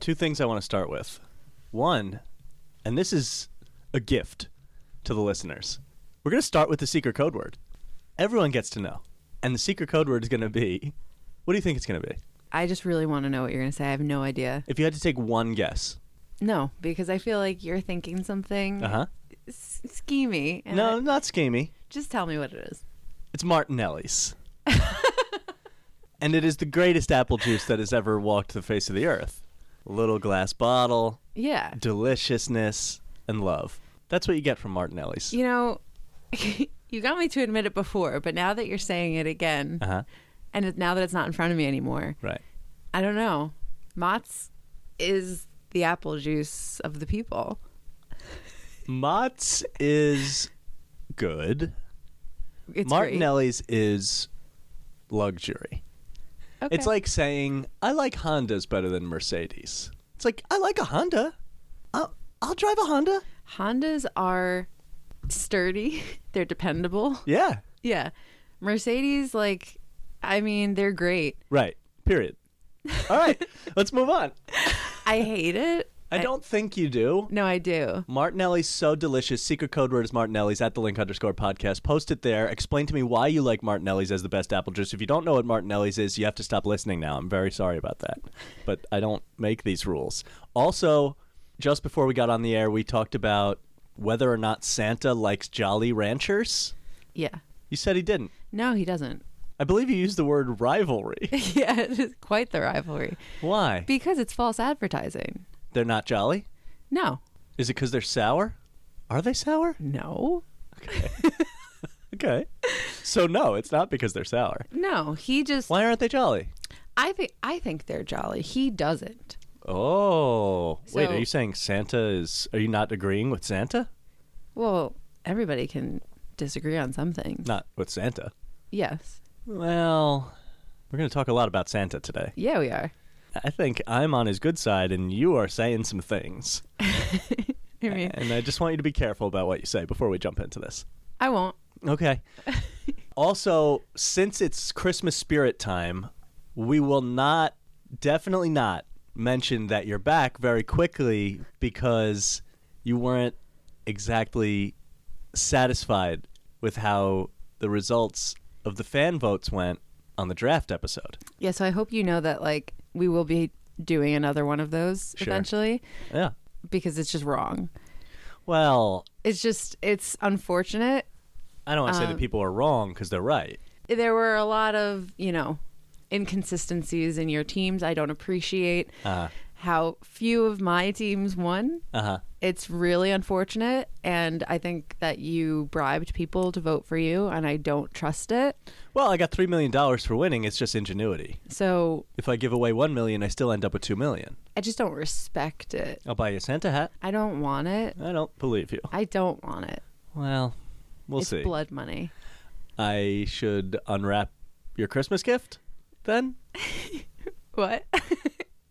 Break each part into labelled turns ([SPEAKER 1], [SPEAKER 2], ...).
[SPEAKER 1] two things I want to start with. One, and this is a gift to the listeners. We're going to start with the secret code word. Everyone gets to know. And the secret code word is going to be what do you think it's going to be?
[SPEAKER 2] I just really want to know what you're going to say. I have no idea.
[SPEAKER 1] If you had to take one guess.
[SPEAKER 2] No, because I feel like you're thinking something
[SPEAKER 1] Uh huh.
[SPEAKER 2] s- schemy. Mm-hmm. and
[SPEAKER 1] No,
[SPEAKER 2] I-
[SPEAKER 1] not schemy.
[SPEAKER 2] just tell me what it is.
[SPEAKER 1] It's Martinelli's. and it is the greatest apple juice that has ever walked the face of the earth. Little glass bottle,
[SPEAKER 2] Yeah.
[SPEAKER 1] deliciousness, and love. That's what you get from Martinelli's.
[SPEAKER 2] You know, you got me to admit it before, but now that you're saying it again,
[SPEAKER 1] Uh huh.
[SPEAKER 2] and it, now that it's not in front of me anymore,
[SPEAKER 1] Right.
[SPEAKER 2] I don't know. Mott's is the apple juice of the people.
[SPEAKER 1] Mott's is good.
[SPEAKER 2] It's
[SPEAKER 1] Martinelli's is luxury.
[SPEAKER 2] Great. Okay.
[SPEAKER 1] It's like saying I like Hondas better than Mercedes. It's like I like a Honda. I'll, I'll drive a Honda.
[SPEAKER 2] Hondas are sturdy. They're dependable.
[SPEAKER 1] Yeah.
[SPEAKER 2] Yeah. Mercedes, like, I mean, they're great.
[SPEAKER 1] Right. Period. All right. let's move on.
[SPEAKER 2] I hate it.
[SPEAKER 1] I don't think you do.
[SPEAKER 2] No, I do.
[SPEAKER 1] Martinelli's so delicious. Secret code word is Martinelli's at the link underscore podcast. Post it there. Explain to me why you like Martinelli's as the best apple juice. If you don't know what Martinelli's is, you have to stop listening now. I'm very sorry about that. But I don't make these rules. Also, just before we got on the air, we talked about whether or not Santa likes Jolly Ranchers.
[SPEAKER 2] Yeah.
[SPEAKER 1] You said he didn't.
[SPEAKER 2] No, he doesn't.
[SPEAKER 1] I believe you used the word rivalry.
[SPEAKER 2] yeah, it's quite the rivalry.
[SPEAKER 1] Why?
[SPEAKER 2] Because it's false advertising.
[SPEAKER 1] They're not jolly?
[SPEAKER 2] No.
[SPEAKER 1] Is it because they're sour? Are they sour?
[SPEAKER 2] No.
[SPEAKER 1] Okay. So, no, it's not because they're sour.
[SPEAKER 2] No, he just
[SPEAKER 1] Why aren't they jolly?
[SPEAKER 2] I think I think they're jolly. He doesn't.
[SPEAKER 1] Oh. Wait,
[SPEAKER 2] So-
[SPEAKER 1] are you saying Santa is. Are you not agreeing with Santa?
[SPEAKER 2] Well, everybody can disagree on some things.
[SPEAKER 1] Not with Santa.
[SPEAKER 2] Yes.
[SPEAKER 1] Well, we're going to talk a lot about Santa today.
[SPEAKER 2] Yeah, we are.
[SPEAKER 1] I think I'm on his good side and you are saying some things.
[SPEAKER 2] I mean,
[SPEAKER 1] And I just want you to be careful about what you say before we jump into this.
[SPEAKER 2] I won't.
[SPEAKER 1] Okay. also, since it's Christmas spirit time, we will not, definitely not, mention that you're back very quickly because you weren't exactly satisfied with how the results of the fan votes went on the draft episode.
[SPEAKER 2] Yeah, so I hope you know that like we will be doing another one of those
[SPEAKER 1] Sure.
[SPEAKER 2] eventually
[SPEAKER 1] Yeah.
[SPEAKER 2] because it's just wrong.
[SPEAKER 1] Well,
[SPEAKER 2] It's just it's unfortunate.
[SPEAKER 1] I don't want to say that people are wrong because they're right.
[SPEAKER 2] There were a lot of, you know, inconsistencies in your teams. I don't appreciate
[SPEAKER 1] Uh
[SPEAKER 2] how few of my teams won.
[SPEAKER 1] huh.
[SPEAKER 2] it's really unfortunate and i think that you bribed people to vote for you and i don't trust it
[SPEAKER 1] Well, I got $3 million for winning. It's just ingenuity.
[SPEAKER 2] so
[SPEAKER 1] If I give away 1 million, I still end up with 2 million.
[SPEAKER 2] i just don't respect it
[SPEAKER 1] I'll buy you a Santa hat.
[SPEAKER 2] i don't want it
[SPEAKER 1] I don't believe you.
[SPEAKER 2] i don't want it
[SPEAKER 1] Well, we'll
[SPEAKER 2] it's
[SPEAKER 1] see.
[SPEAKER 2] blood money
[SPEAKER 1] I should unwrap your Christmas gift then?
[SPEAKER 2] what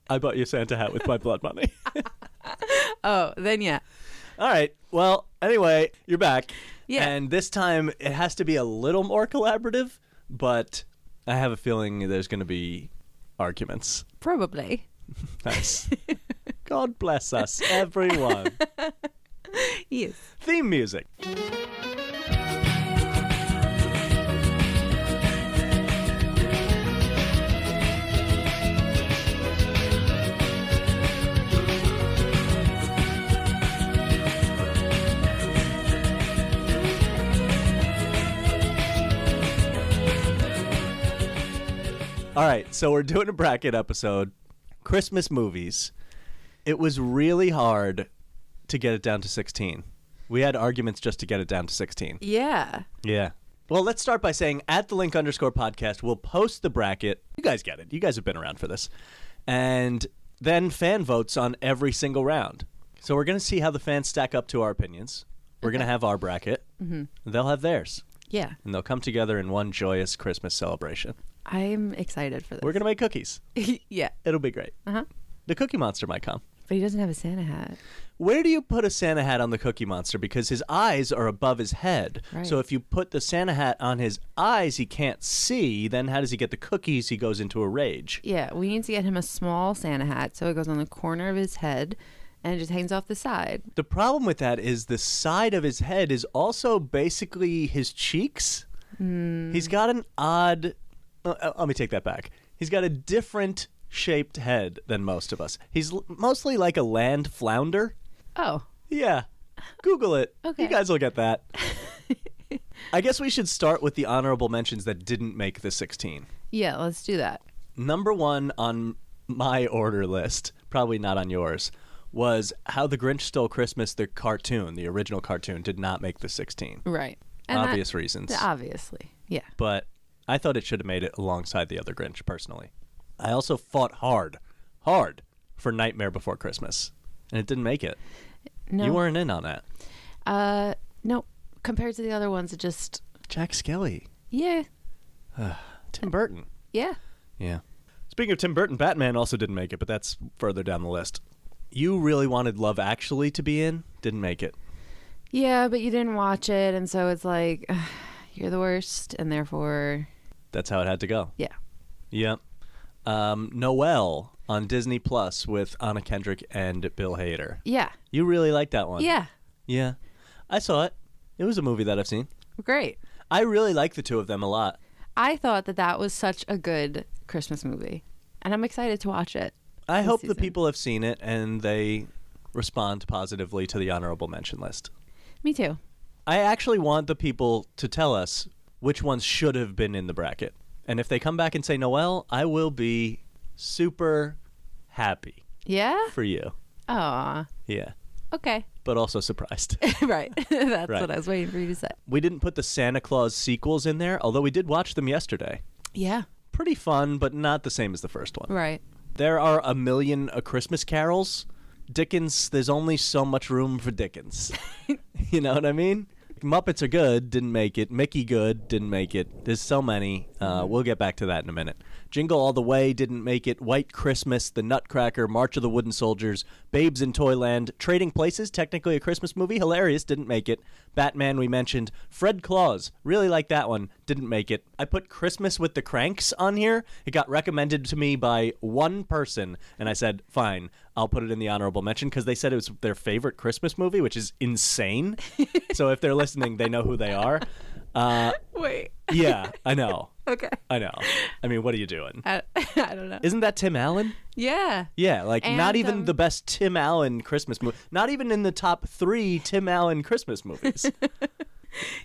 [SPEAKER 1] I bought you a Santa hat with my blood money.
[SPEAKER 2] oh then yeah
[SPEAKER 1] All right. Well, anyway, you're back.
[SPEAKER 2] Yeah.
[SPEAKER 1] And this time it has to be a little more collaborative, but I have a feeling there's going to be arguments.
[SPEAKER 2] probably
[SPEAKER 1] Nice. God bless us, everyone.
[SPEAKER 2] yes
[SPEAKER 1] Theme music. All right, so we're doing a bracket episode, Christmas movies. It was really hard to get it down to 16. We had arguments just to get it down to 16.
[SPEAKER 2] yeah
[SPEAKER 1] Yeah. Well, let's start by saying at the link underscore podcast, we'll post the bracket. You guys get it. You guys have been around for this. And then fan votes on every single round. So we're going to see how the fans stack up to our opinions. We're going to have our bracket, mm-hmm. they'll have theirs.
[SPEAKER 2] yeah
[SPEAKER 1] And they'll come together in one joyous Christmas celebration.
[SPEAKER 2] i'm excited for this
[SPEAKER 1] We're going to make cookies.
[SPEAKER 2] gonna yeah
[SPEAKER 1] It'll be great.
[SPEAKER 2] uh-huh
[SPEAKER 1] The Cookie Monster might come.
[SPEAKER 2] But he doesn't have a Santa hat.
[SPEAKER 1] Where do you put a Santa hat on the Cookie Monster? Because his eyes are above his head.
[SPEAKER 2] Right.
[SPEAKER 1] So if you put the Santa hat on his eyes, he can't see. Then how does he get the cookies? He goes into a rage.
[SPEAKER 2] Yeah, we need to get him a small Santa hat so it goes on the corner of his head and it just hangs off the side.
[SPEAKER 1] The problem with that is the side of his head is also basically his cheeks. He's got an odd. uh, uh, let me take that back. He's got a different shaped head than most of us. He's l- mostly like a land flounder.
[SPEAKER 2] Oh,
[SPEAKER 1] Yeah. Google it.
[SPEAKER 2] Okay.
[SPEAKER 1] You guys will get that. I guess we should start with the honorable mentions that didn't make the 16.
[SPEAKER 2] yeah, let's do that.
[SPEAKER 1] Number one on my order list, probably not on yours, was How the Grinch Stole Christmas, the cartoon, the original cartoon, did not make the 16.
[SPEAKER 2] Right. And that-
[SPEAKER 1] Obvious reasons.
[SPEAKER 2] obviously. Yeah.
[SPEAKER 1] But I thought it should have made it alongside the other Grinch, personally. I also fought hard, hard for Nightmare Before Christmas, and it didn't make it.
[SPEAKER 2] No.
[SPEAKER 1] You weren't in on that.
[SPEAKER 2] Uh, no. Compared to the other ones, it just
[SPEAKER 1] Jack Skelly,
[SPEAKER 2] yeah,
[SPEAKER 1] Tim Burton.
[SPEAKER 2] yeah.
[SPEAKER 1] Yeah. Speaking of Tim Burton, Batman also didn't make it, but that's further down the list. You really wanted Love Actually to be in, didn't make it.
[SPEAKER 2] Yeah, but you didn't watch it, and so it's like you're the worst, and therefore,
[SPEAKER 1] That's how it had to go.
[SPEAKER 2] yeah.
[SPEAKER 1] Yep. Um, Noel on Disney Plus with Anna Kendrick and Bill Hader.
[SPEAKER 2] Yeah.
[SPEAKER 1] You really liked that one.
[SPEAKER 2] Yeah.
[SPEAKER 1] Yeah. I saw it. It was a movie that I've seen.
[SPEAKER 2] Great.
[SPEAKER 1] I really like the two of them a lot.
[SPEAKER 2] I thought that that was such a good Christmas movie, and I'm excited to watch it.
[SPEAKER 1] I
[SPEAKER 2] This
[SPEAKER 1] hope the
[SPEAKER 2] season.
[SPEAKER 1] people have seen it and they respond positively to the honorable mention list.
[SPEAKER 2] Me too.
[SPEAKER 1] I actually want the people to tell us which ones should have been in the bracket. And if they come back and say Noel, I will be super happy
[SPEAKER 2] Yeah.
[SPEAKER 1] for you.
[SPEAKER 2] Aw.
[SPEAKER 1] Yeah.
[SPEAKER 2] Okay.
[SPEAKER 1] But also surprised.
[SPEAKER 2] right. That's
[SPEAKER 1] Right.
[SPEAKER 2] what I was waiting for you to say.
[SPEAKER 1] we didn't put the Santa Claus sequels in there, although we did watch them yesterday.
[SPEAKER 2] Yeah.
[SPEAKER 1] Pretty fun, but not the same as the first one.
[SPEAKER 2] Right.
[SPEAKER 1] There are a million A Christmas Carols. Dickens, there's only so much room for Dickens. you know what I mean? Muppets are good, didn't make it. Mickey good, didn't make it. There's so many. Uh, we'll get back to that in a minute. Jingle All the Way didn't make it. White Christmas, The Nutcracker, March of the Wooden Soldiers, Babes in Toyland, Trading Places, technically a Christmas movie, hilarious, didn't make it. Batman, we mentioned. Fred Claus, really like that one, didn't make it. I put Christmas with the Cranks on here. It got recommended to me by one person, and I said, fine, I'll put it in the honorable mention because they said it was their favorite Christmas movie, which is insane. so if they're listening, they know who they are. Uh,
[SPEAKER 2] Wait.
[SPEAKER 1] yeah, I know.
[SPEAKER 2] Okay.
[SPEAKER 1] I know. I mean, what are you doing?
[SPEAKER 2] I, I don't know.
[SPEAKER 1] Isn't that Tim Allen?
[SPEAKER 2] yeah.
[SPEAKER 1] Yeah, like not
[SPEAKER 2] And,
[SPEAKER 1] even
[SPEAKER 2] um,
[SPEAKER 1] the best Tim Allen Christmas movie. Not even in the top three Tim Allen Christmas movies.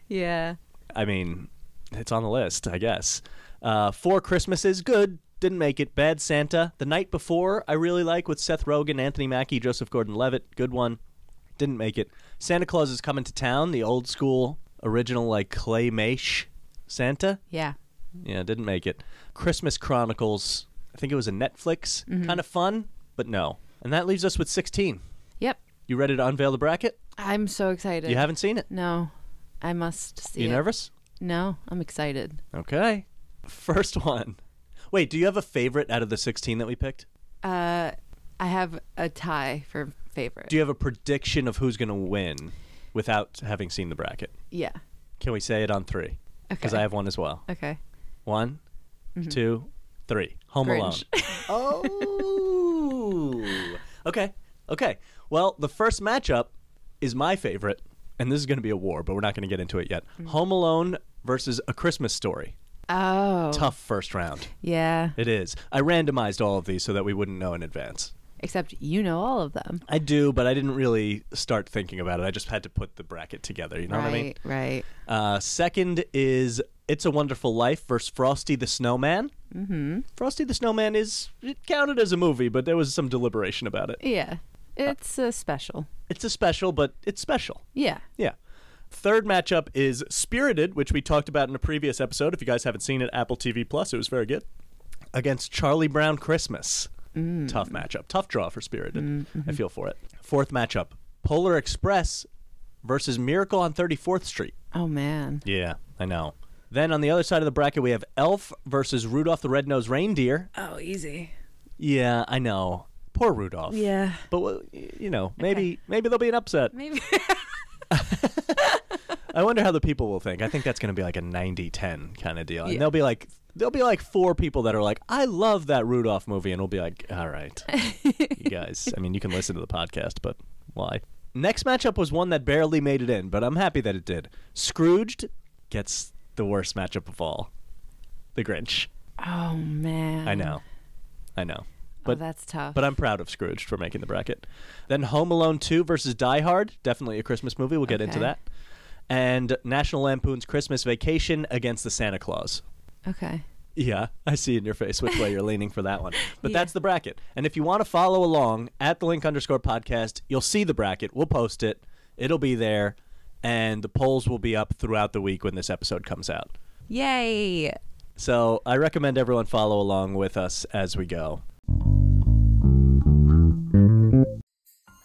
[SPEAKER 2] Yeah.
[SPEAKER 1] I mean, it's on the list, I guess. Uh, Four Christmases, good. Didn't make it. Bad Santa. The Night Before, I really like with Seth Rogen, Anthony Mackie, Joseph Gordon Levitt. Good one. Didn't make it. Santa Claus is Coming to Town, the old school, original, like claymation Santa.
[SPEAKER 2] Yeah.
[SPEAKER 1] Yeah, didn't make it. Christmas Chronicles, I think it was a Netflix.
[SPEAKER 2] Mm-hmm.
[SPEAKER 1] Kind of fun, but no. And that leaves us with 16.
[SPEAKER 2] Yep.
[SPEAKER 1] You ready to unveil the bracket?
[SPEAKER 2] I'm so excited.
[SPEAKER 1] You haven't seen it.
[SPEAKER 2] No. I must see.
[SPEAKER 1] You
[SPEAKER 2] it.
[SPEAKER 1] nervous?
[SPEAKER 2] No, I'm excited.
[SPEAKER 1] Okay. First one. Wait, do you have a favorite out of the 16 that we picked?
[SPEAKER 2] Uh, I have a tie for favorite.
[SPEAKER 1] Do you have a prediction of who's going to win without having seen the bracket?
[SPEAKER 2] yeah.
[SPEAKER 1] Can we say it on three? Because
[SPEAKER 2] Okay.
[SPEAKER 1] I have one as well.
[SPEAKER 2] Okay. Mm-hmm.
[SPEAKER 1] One, two, three. Home
[SPEAKER 2] Grinch.
[SPEAKER 1] Alone. oh. Okay. Okay. Well, the first matchup is my favorite, and this is going to be a war, but we're not going to get into it yet.
[SPEAKER 2] Mm.
[SPEAKER 1] Home Alone versus A Christmas Story.
[SPEAKER 2] Oh.
[SPEAKER 1] Tough first round.
[SPEAKER 2] Yeah.
[SPEAKER 1] It is. I randomized all of these so that we wouldn't know in advance.
[SPEAKER 2] Except you know all of them.
[SPEAKER 1] I do, but I didn't really start thinking about it. I just had to put the bracket together. You know
[SPEAKER 2] right.
[SPEAKER 1] what I mean?
[SPEAKER 2] Right.
[SPEAKER 1] Uh, second is It's a Wonderful Life versus Frosty the Snowman. Mm-hmm. Frosty the Snowman is it counted as a movie, but there was some deliberation about it.
[SPEAKER 2] Yeah. It's uh, special.
[SPEAKER 1] It's a special, but it's special.
[SPEAKER 2] Yeah.
[SPEAKER 1] Yeah. Third matchup is Spirited, which we talked about in a previous episode. If you guys haven't seen it, Apple TV Plus, it was very good. Against Charlie Brown Christmas. Tough matchup. Tough draw for Spirited. I feel for it. Fourth matchup Polar Express versus Miracle on 34th Street.
[SPEAKER 2] Oh man.
[SPEAKER 1] Yeah, I know. Then on the other side of the bracket, we have Elf versus Rudolph the Red-Nosed Reindeer.
[SPEAKER 2] Oh, easy.
[SPEAKER 1] Yeah, I know. Poor Rudolph.
[SPEAKER 2] Yeah.
[SPEAKER 1] But well, y- you know, maybe maybe there'll be an upset.
[SPEAKER 2] Maybe.
[SPEAKER 1] I wonder how the people will think. I think that's going to be like a 90-10 kind of deal. And
[SPEAKER 2] Yeah.
[SPEAKER 1] there'll be like there'll be like four people that are like, "I love that Rudolph movie," and we'll be like, "All right, you guys. I mean, you can listen to the podcast, but why?" Next matchup was one that barely made it in, but I'm happy that it did. Scrooged gets the worst matchup of all, the Grinch.
[SPEAKER 2] oh man.
[SPEAKER 1] I know, I know,
[SPEAKER 2] oh,
[SPEAKER 1] but
[SPEAKER 2] that's tough.
[SPEAKER 1] but I'm proud of Scrooged for making the bracket. Then Home Alone 2 versus Die Hard, definitely a Christmas movie. We'll get into
[SPEAKER 2] Okay.
[SPEAKER 1] that. And National Lampoon's Christmas Vacation against the Santa Claus.
[SPEAKER 2] okay.
[SPEAKER 1] Yeah, I see in your face which way you're leaning for that one. But
[SPEAKER 2] Yeah.
[SPEAKER 1] that's the bracket. And if you want to follow along at the link underscore podcast, you'll see the bracket. We'll post it. It'll be there. And the polls will be up throughout the week when this episode comes out.
[SPEAKER 2] Yay.
[SPEAKER 1] So I recommend everyone follow along with us as we go.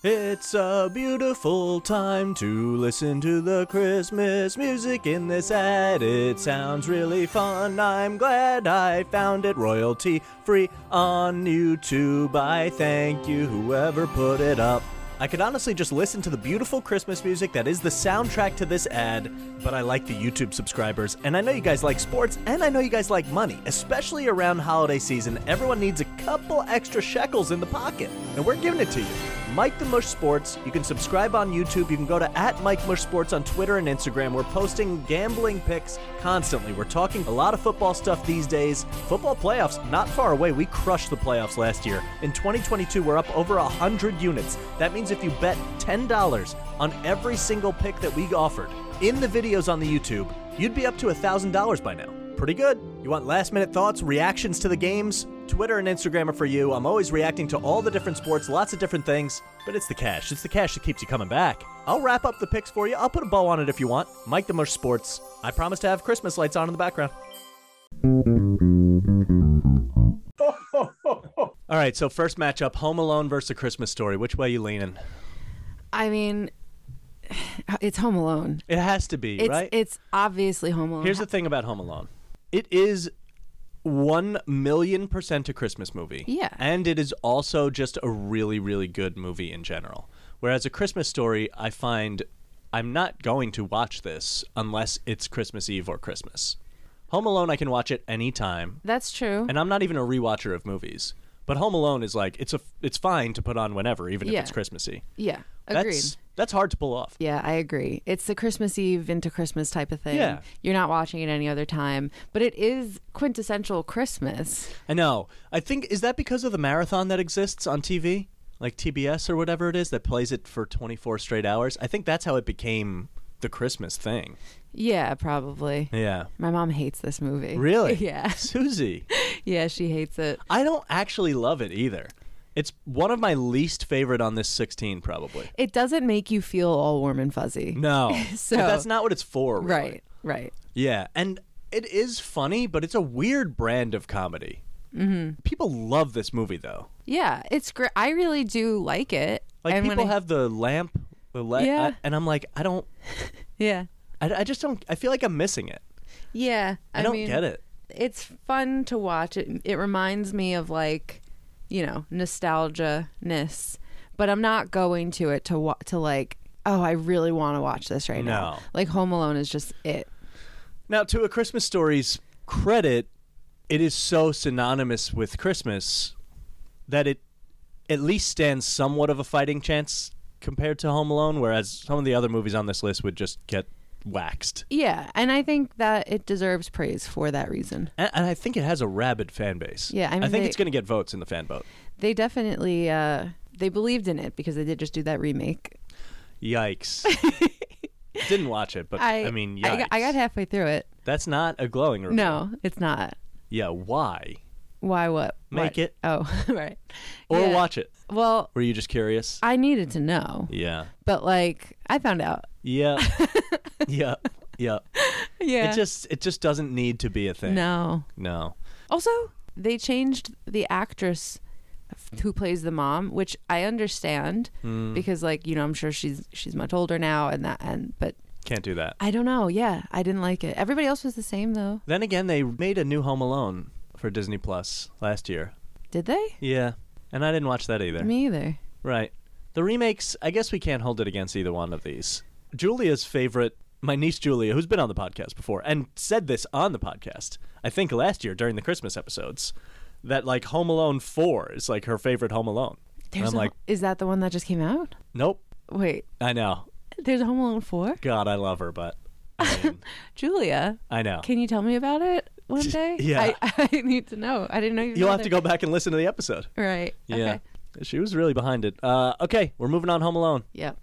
[SPEAKER 1] It's a beautiful time to listen to the Christmas music in this ad. It sounds really fun. I'm glad I found it royalty free on YouTube. I thank you, whoever put it up. I could honestly just listen to the beautiful Christmas music that is the soundtrack to this ad, but I like the YouTube subscribers, and I know you guys like sports, and I know you guys like money. Especially around holiday season, everyone needs a couple extra shekels in the pocket, and we're giving it to you. Mike the Mush Sports. You can subscribe on YouTube. You can go to at Mike Mush Sports on Twitter and Instagram. We're posting gambling picks constantly. We're talking a lot of football stuff these days. Football playoffs not far away. We crushed the playoffs last year. In 2022, we're up over 100 units. That means if you bet $10 on every single pick that we offered in the videos on the YouTube, you'd be up to $1,000 by now pretty good. You want last minute thoughts, reactions to the games? Twitter and Instagram are for you. I'm always reacting to all the different sports, lots of different things, but it's the cash. It's the cash that keeps you coming back. I'll wrap up the picks for you. I'll put a bow on it if you want. Mike the Mush Sports. I promise to have Christmas lights on in the background. All right, so first matchup Home Alone versus A Christmas Story. Which way you leaning?
[SPEAKER 2] I mean, it's Home Alone.
[SPEAKER 1] It has to be,
[SPEAKER 2] It's
[SPEAKER 1] right?
[SPEAKER 2] it's obviously Home Alone.
[SPEAKER 1] Here's the thing about Home Alone. It is one million percent a Christmas movie.
[SPEAKER 2] Yeah.
[SPEAKER 1] And it is also just a really, really good movie in general. Whereas a Christmas story, I find I'm not going to watch this unless it's Christmas Eve or Christmas. Home Alone I can watch it anytime.
[SPEAKER 2] That's true.
[SPEAKER 1] And I'm not even a rewatcher of movies. But Home Alone is like it's a it's fine to put on whenever, even if
[SPEAKER 2] Yeah.
[SPEAKER 1] it's Christmassy.
[SPEAKER 2] yeah. Agreed.
[SPEAKER 1] That's that's hard to pull off.
[SPEAKER 2] yeah, I agree. It's the Christmas Eve into Christmas type of thing.
[SPEAKER 1] Yeah.
[SPEAKER 2] You're not watching it any other time, but it is quintessential Christmas.
[SPEAKER 1] I know. I think is that because of the marathon that exists on TV, like TBS or whatever it is that plays it for 24 straight hours. I think that's how it became the Christmas thing.
[SPEAKER 2] Yeah, probably.
[SPEAKER 1] Yeah.
[SPEAKER 2] My mom hates this movie.
[SPEAKER 1] Really?
[SPEAKER 2] Yeah.
[SPEAKER 1] Susie,
[SPEAKER 2] Yeah, she hates it.
[SPEAKER 1] I don't actually love it either. It's one of my least favorite on this 16 probably.
[SPEAKER 2] It doesn't make you feel all warm and fuzzy.
[SPEAKER 1] No.
[SPEAKER 2] So-
[SPEAKER 1] But that's not what it's for. Really.
[SPEAKER 2] Right, right.
[SPEAKER 1] Yeah, and it is funny, but it's a weird brand of comedy. Mm-hmm. People love this movie though.
[SPEAKER 2] Yeah, it's great. I really do like it.
[SPEAKER 1] Like
[SPEAKER 2] And when
[SPEAKER 1] people
[SPEAKER 2] I-
[SPEAKER 1] have the lamp, the le-
[SPEAKER 2] Yeah.
[SPEAKER 1] I- and I'm like, I don't
[SPEAKER 2] Yeah.
[SPEAKER 1] I, I just don't. I feel like I'm missing it.
[SPEAKER 2] Yeah.
[SPEAKER 1] I, don't
[SPEAKER 2] mean,
[SPEAKER 1] get it.
[SPEAKER 2] It's fun to watch. It, it reminds me of like, you know, nostalgia ness, but I'm not going to it to wa- to like, oh, I really want to watch this right
[SPEAKER 1] No.
[SPEAKER 2] now. Like Home Alone is just it.
[SPEAKER 1] Now, to a Christmas Story's credit, it is so synonymous with Christmas that it at least stands somewhat of a fighting chance compared to Home Alone. Whereas some of the other movies on this list would just get waxed,
[SPEAKER 2] Yeah, and I think that it deserves praise for that reason.
[SPEAKER 1] and, and I think it has a rabid fan base.
[SPEAKER 2] Yeah, I mean,
[SPEAKER 1] think
[SPEAKER 2] they-
[SPEAKER 1] it's going to get votes in the fan vote.
[SPEAKER 2] They definitely uh they believed in it because they did just do that remake.
[SPEAKER 1] Yikes! Didn't watch it, but I, mean,
[SPEAKER 2] I,
[SPEAKER 1] yikes.
[SPEAKER 2] got- I got halfway through it.
[SPEAKER 1] That's not a glowing review.
[SPEAKER 2] No, it's not.
[SPEAKER 1] Yeah, why?
[SPEAKER 2] Why what?
[SPEAKER 1] Make
[SPEAKER 2] What?
[SPEAKER 1] it.
[SPEAKER 2] Oh, right.
[SPEAKER 1] Or
[SPEAKER 2] Yeah.
[SPEAKER 1] watch it?
[SPEAKER 2] Well,
[SPEAKER 1] Were you just curious?
[SPEAKER 2] I needed to know,
[SPEAKER 1] yeah.
[SPEAKER 2] but like I found out.
[SPEAKER 1] Yeah. yeah. Yeah.
[SPEAKER 2] Yeah.
[SPEAKER 1] It just it just doesn't need to be a thing.
[SPEAKER 2] no.
[SPEAKER 1] No.
[SPEAKER 2] Also, they changed the actress f- who plays the mom, which I understand
[SPEAKER 1] Hmm.
[SPEAKER 2] because like, you know, I'm sure she's she's much older now and that and but
[SPEAKER 1] Can't do that.
[SPEAKER 2] I don't know. Yeah, I didn't like it. Everybody else was the same though.
[SPEAKER 1] Then again, they made a new Home Alone for Disney Plus last year.
[SPEAKER 2] Did they?
[SPEAKER 1] Yeah. And I didn't watch that either.
[SPEAKER 2] Me either.
[SPEAKER 1] Right. The remakes, I guess we can't hold it against either one of these. Julia's favorite, my niece Julia, who's been on the podcast before and said this on the podcast, I think last year during the Christmas episodes, that like Home Alone 4 is like her favorite Home Alone. And
[SPEAKER 2] There's
[SPEAKER 1] I'm
[SPEAKER 2] a-
[SPEAKER 1] like,
[SPEAKER 2] is that the one that just came out?
[SPEAKER 1] nope,
[SPEAKER 2] Wait,
[SPEAKER 1] I know.
[SPEAKER 2] there's a Home Alone four.
[SPEAKER 1] God, I love her, but I, mean,
[SPEAKER 2] Julia,
[SPEAKER 1] I know.
[SPEAKER 2] can you tell me about it one day?
[SPEAKER 1] Yeah.
[SPEAKER 2] I, I need to know. I didn't know you.
[SPEAKER 1] You'll have to go back and listen to the episode.
[SPEAKER 2] Right.
[SPEAKER 1] Yeah.
[SPEAKER 2] Okay.
[SPEAKER 1] She was really behind it. Uh, okay, we're moving on Home Alone.
[SPEAKER 2] Yep.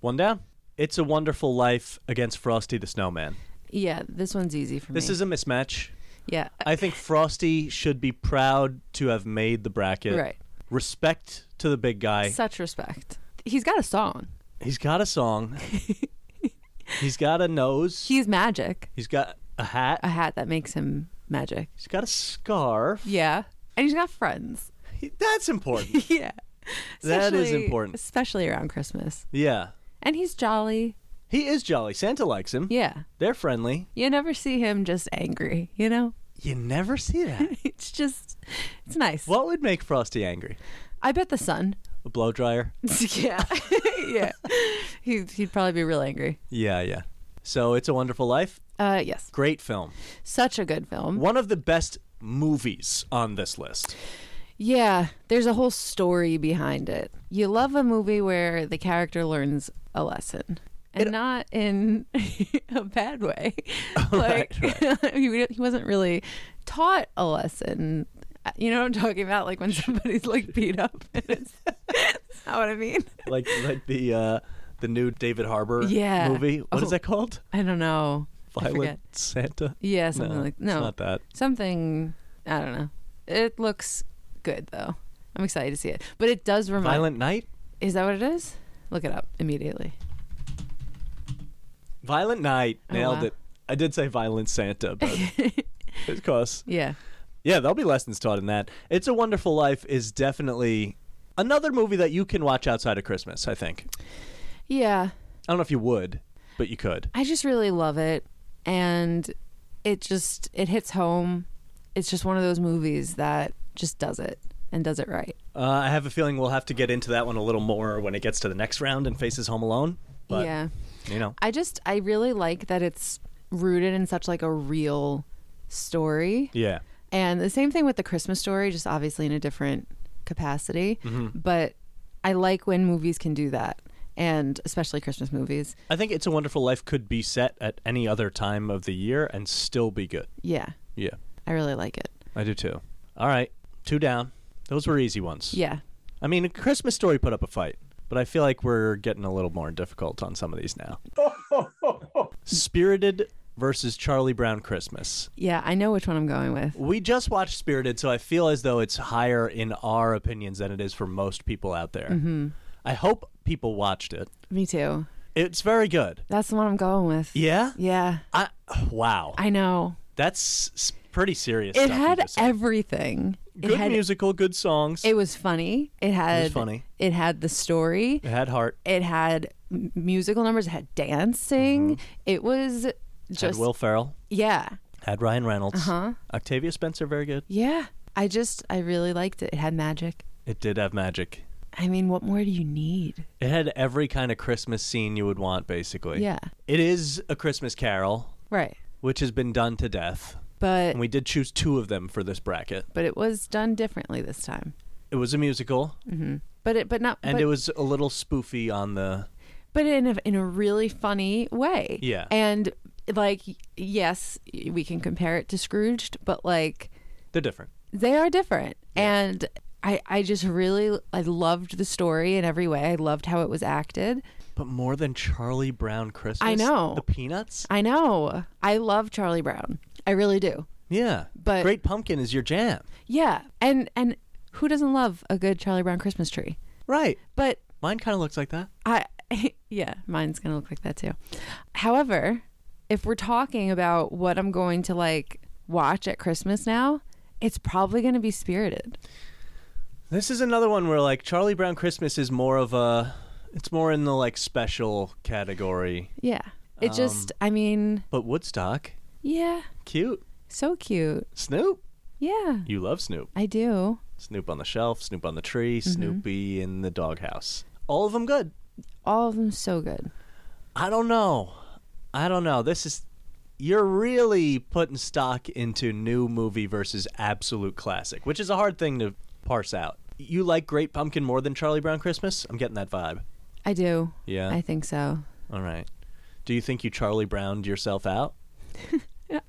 [SPEAKER 1] One down. It's a Wonderful Life against Frosty the Snowman.
[SPEAKER 2] Yeah. This one's easy for me.
[SPEAKER 1] This is a mismatch.
[SPEAKER 2] yeah.
[SPEAKER 1] I think Frosty should be proud to have made the bracket.
[SPEAKER 2] Right.
[SPEAKER 1] Respect to the big guy.
[SPEAKER 2] Such respect. He's got a song.
[SPEAKER 1] He's got a song. He's got a nose.
[SPEAKER 2] He's magic.
[SPEAKER 1] He's got a hat.
[SPEAKER 2] A hat that makes him magic.
[SPEAKER 1] He's got a scarf.
[SPEAKER 2] Yeah. And he's got friends.
[SPEAKER 1] He- That's important.
[SPEAKER 2] yeah.
[SPEAKER 1] That is
[SPEAKER 2] Especially-
[SPEAKER 1] important.
[SPEAKER 2] Especially around Christmas.
[SPEAKER 1] yeah.
[SPEAKER 2] And he's jolly.
[SPEAKER 1] He is jolly. Santa likes him.
[SPEAKER 2] Yeah.
[SPEAKER 1] They're friendly.
[SPEAKER 2] You never see him just angry, you know?
[SPEAKER 1] You never see that.
[SPEAKER 2] It's just, it's nice.
[SPEAKER 1] what would make Frosty angry?
[SPEAKER 2] I bet the sun.
[SPEAKER 1] A blow dryer?
[SPEAKER 2] yeah. yeah. He, he'd probably be real angry.
[SPEAKER 1] Yeah, yeah. So it's a wonderful life.
[SPEAKER 2] Uh, yes.
[SPEAKER 1] Great film.
[SPEAKER 2] Such a good film.
[SPEAKER 1] One of the best movies on this list.
[SPEAKER 2] Yeah, there's a whole story behind it. You love a movie where the character learns a lesson. And not in a bad way. like he he wasn't really taught a lesson. Uh, You know what I'm talking about? Like when somebody's like beat up. And it's, that's not what I mean.
[SPEAKER 1] like like the uh the new David Harbour
[SPEAKER 2] Yeah.
[SPEAKER 1] movie. What is
[SPEAKER 2] Oh.
[SPEAKER 1] that called?
[SPEAKER 2] I don't know. I forget.
[SPEAKER 1] Violent Santa.
[SPEAKER 2] Yeah, something
[SPEAKER 1] no,
[SPEAKER 2] like
[SPEAKER 1] It's
[SPEAKER 2] no,
[SPEAKER 1] not that.
[SPEAKER 2] something. I don't know. It looks good though. I'm excited to see it. But it does remind.
[SPEAKER 1] Violent Night.
[SPEAKER 2] Is that what it is? Look it up immediately.
[SPEAKER 1] Violent Night.
[SPEAKER 2] Oh,
[SPEAKER 1] Nailed
[SPEAKER 2] wow.
[SPEAKER 1] it. I did say Violent Santa, but of course,
[SPEAKER 2] Yeah.
[SPEAKER 1] yeah, there'll be lessons taught in that. It's a Wonderful Life is definitely another movie that you can watch outside of Christmas. I think.
[SPEAKER 2] Yeah.
[SPEAKER 1] I don't know if you would, but you could.
[SPEAKER 2] I just really love it and it just it hits home. It's just one of those movies that just does it and does it right.
[SPEAKER 1] Uh, I have a feeling we'll have to get into that one a little more when it gets to the next round and faces Home Alone. But,
[SPEAKER 2] yeah.
[SPEAKER 1] You know.
[SPEAKER 2] I just I really like that it's rooted in such like a real story.
[SPEAKER 1] Yeah.
[SPEAKER 2] And the same thing with the Christmas story, just obviously in a different capacity.
[SPEAKER 1] Mm-hmm.
[SPEAKER 2] But I like when movies can do that. And especially Christmas movies.
[SPEAKER 1] I think It's a Wonderful Life could be set at any other time of the year and still be good.
[SPEAKER 2] Yeah.
[SPEAKER 1] Yeah,
[SPEAKER 2] I really like it.
[SPEAKER 1] I do too. All right, two down. Those were easy ones.
[SPEAKER 2] Yeah.
[SPEAKER 1] I mean, a Christmas Story put up a fight, but I feel like we're getting a little more difficult on some of these now. Spirited versus Charlie Brown Christmas.
[SPEAKER 2] Yeah, I know which one I'm going with.
[SPEAKER 1] We just watched Spirited, so I feel as though it's higher in our opinions than it is for most people out there.
[SPEAKER 2] Mm-hmm.
[SPEAKER 1] I hope people watched it.
[SPEAKER 2] Me too.
[SPEAKER 1] It's very good.
[SPEAKER 2] That's the one I'm going with.
[SPEAKER 1] Yeah?
[SPEAKER 2] Yeah,
[SPEAKER 1] I, wow.
[SPEAKER 2] I know.
[SPEAKER 1] That's s- pretty serious.
[SPEAKER 2] It
[SPEAKER 1] stuff you
[SPEAKER 2] had
[SPEAKER 1] just said.
[SPEAKER 2] everything.
[SPEAKER 1] good
[SPEAKER 2] it had
[SPEAKER 1] musical, good songs. It,
[SPEAKER 2] it was funny. It had
[SPEAKER 1] funny.
[SPEAKER 2] It had the story.
[SPEAKER 1] had heart.
[SPEAKER 2] It had m- musical numbers. It had
[SPEAKER 1] Mm-hmm.
[SPEAKER 2] dancing. It was
[SPEAKER 1] had
[SPEAKER 2] just
[SPEAKER 1] Will Ferrell.
[SPEAKER 2] yeah,
[SPEAKER 1] Had Ryan Reynolds. Uh-huh. Octavia Spencer, very good.
[SPEAKER 2] yeah. I just I really liked it. It had magic.
[SPEAKER 1] It did have magic.
[SPEAKER 2] I mean, what more do you need?
[SPEAKER 1] It had every kind of Christmas scene you would want, basically.
[SPEAKER 2] Yeah,
[SPEAKER 1] It is a Christmas Carol,
[SPEAKER 2] right.
[SPEAKER 1] which has been done to death.
[SPEAKER 2] But
[SPEAKER 1] And we did choose two of them for this bracket.
[SPEAKER 2] but it was done differently this time.
[SPEAKER 1] It was a musical,
[SPEAKER 2] But it but not
[SPEAKER 1] and
[SPEAKER 2] but,
[SPEAKER 1] it was a little spoofy on the.
[SPEAKER 2] but in a in a really funny way.
[SPEAKER 1] Yeah.
[SPEAKER 2] And like yes, we can compare it to Scrooged, but like
[SPEAKER 1] They're different.
[SPEAKER 2] they are different. And I I just really I loved the story in every way. I loved how it was acted.
[SPEAKER 1] But more than Charlie Brown Christmas.
[SPEAKER 2] I know.
[SPEAKER 1] The Peanuts?
[SPEAKER 2] I know. I love Charlie Brown. I really do.
[SPEAKER 1] Yeah.
[SPEAKER 2] But-
[SPEAKER 1] Great Pumpkin is your jam.
[SPEAKER 2] Yeah. And and who doesn't love a good Charlie Brown Christmas tree?
[SPEAKER 1] Right.
[SPEAKER 2] But
[SPEAKER 1] Mine kind of looks like that.
[SPEAKER 2] I yeah, mine's gonna look like that too. However, if we're talking about what I'm going to like watch at Christmas now, it's probably gonna be Spirited.
[SPEAKER 1] This is another one where like Charlie Brown Christmas is more of a it's more in the like special category.
[SPEAKER 2] Yeah. It just I mean,
[SPEAKER 1] But Woodstock,
[SPEAKER 2] yeah,
[SPEAKER 1] cute.
[SPEAKER 2] so cute.
[SPEAKER 1] Snoop.
[SPEAKER 2] Yeah.
[SPEAKER 1] You love Snoop.
[SPEAKER 2] I do.
[SPEAKER 1] Snoop on the shelf, Snoop on the tree,
[SPEAKER 2] Mm-hmm.
[SPEAKER 1] Snoopy in the doghouse. All of them good.
[SPEAKER 2] All of them so good.
[SPEAKER 1] I don't know. I don't know. This is you're really putting stock into new movie versus absolute classic, which is a hard thing to parse out. You like Great Pumpkin more than Charlie Brown Christmas? I'm getting that vibe.
[SPEAKER 2] I do.
[SPEAKER 1] Yeah.
[SPEAKER 2] I think so.
[SPEAKER 1] All right. Do you think you Charlie Browned yourself out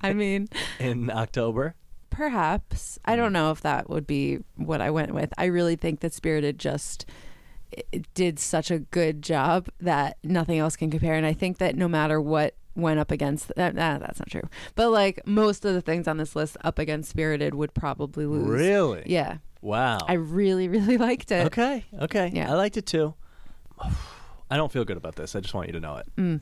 [SPEAKER 2] I mean,
[SPEAKER 1] in October?
[SPEAKER 2] perhaps. I
[SPEAKER 1] Mm.
[SPEAKER 2] don't know if that would be what I went with. I really think that Spirited just it did such a good job that nothing else can compare. And I think that no matter what went up against that, nah, that's not true. But like most of the things on this list up against Spirited would probably lose.
[SPEAKER 1] Really?
[SPEAKER 2] Yeah.
[SPEAKER 1] Wow.
[SPEAKER 2] I really, really liked it.
[SPEAKER 1] Okay. Okay.
[SPEAKER 2] Yeah.
[SPEAKER 1] I liked it too. I don't feel good about this. I just want you to know it.
[SPEAKER 2] Mm.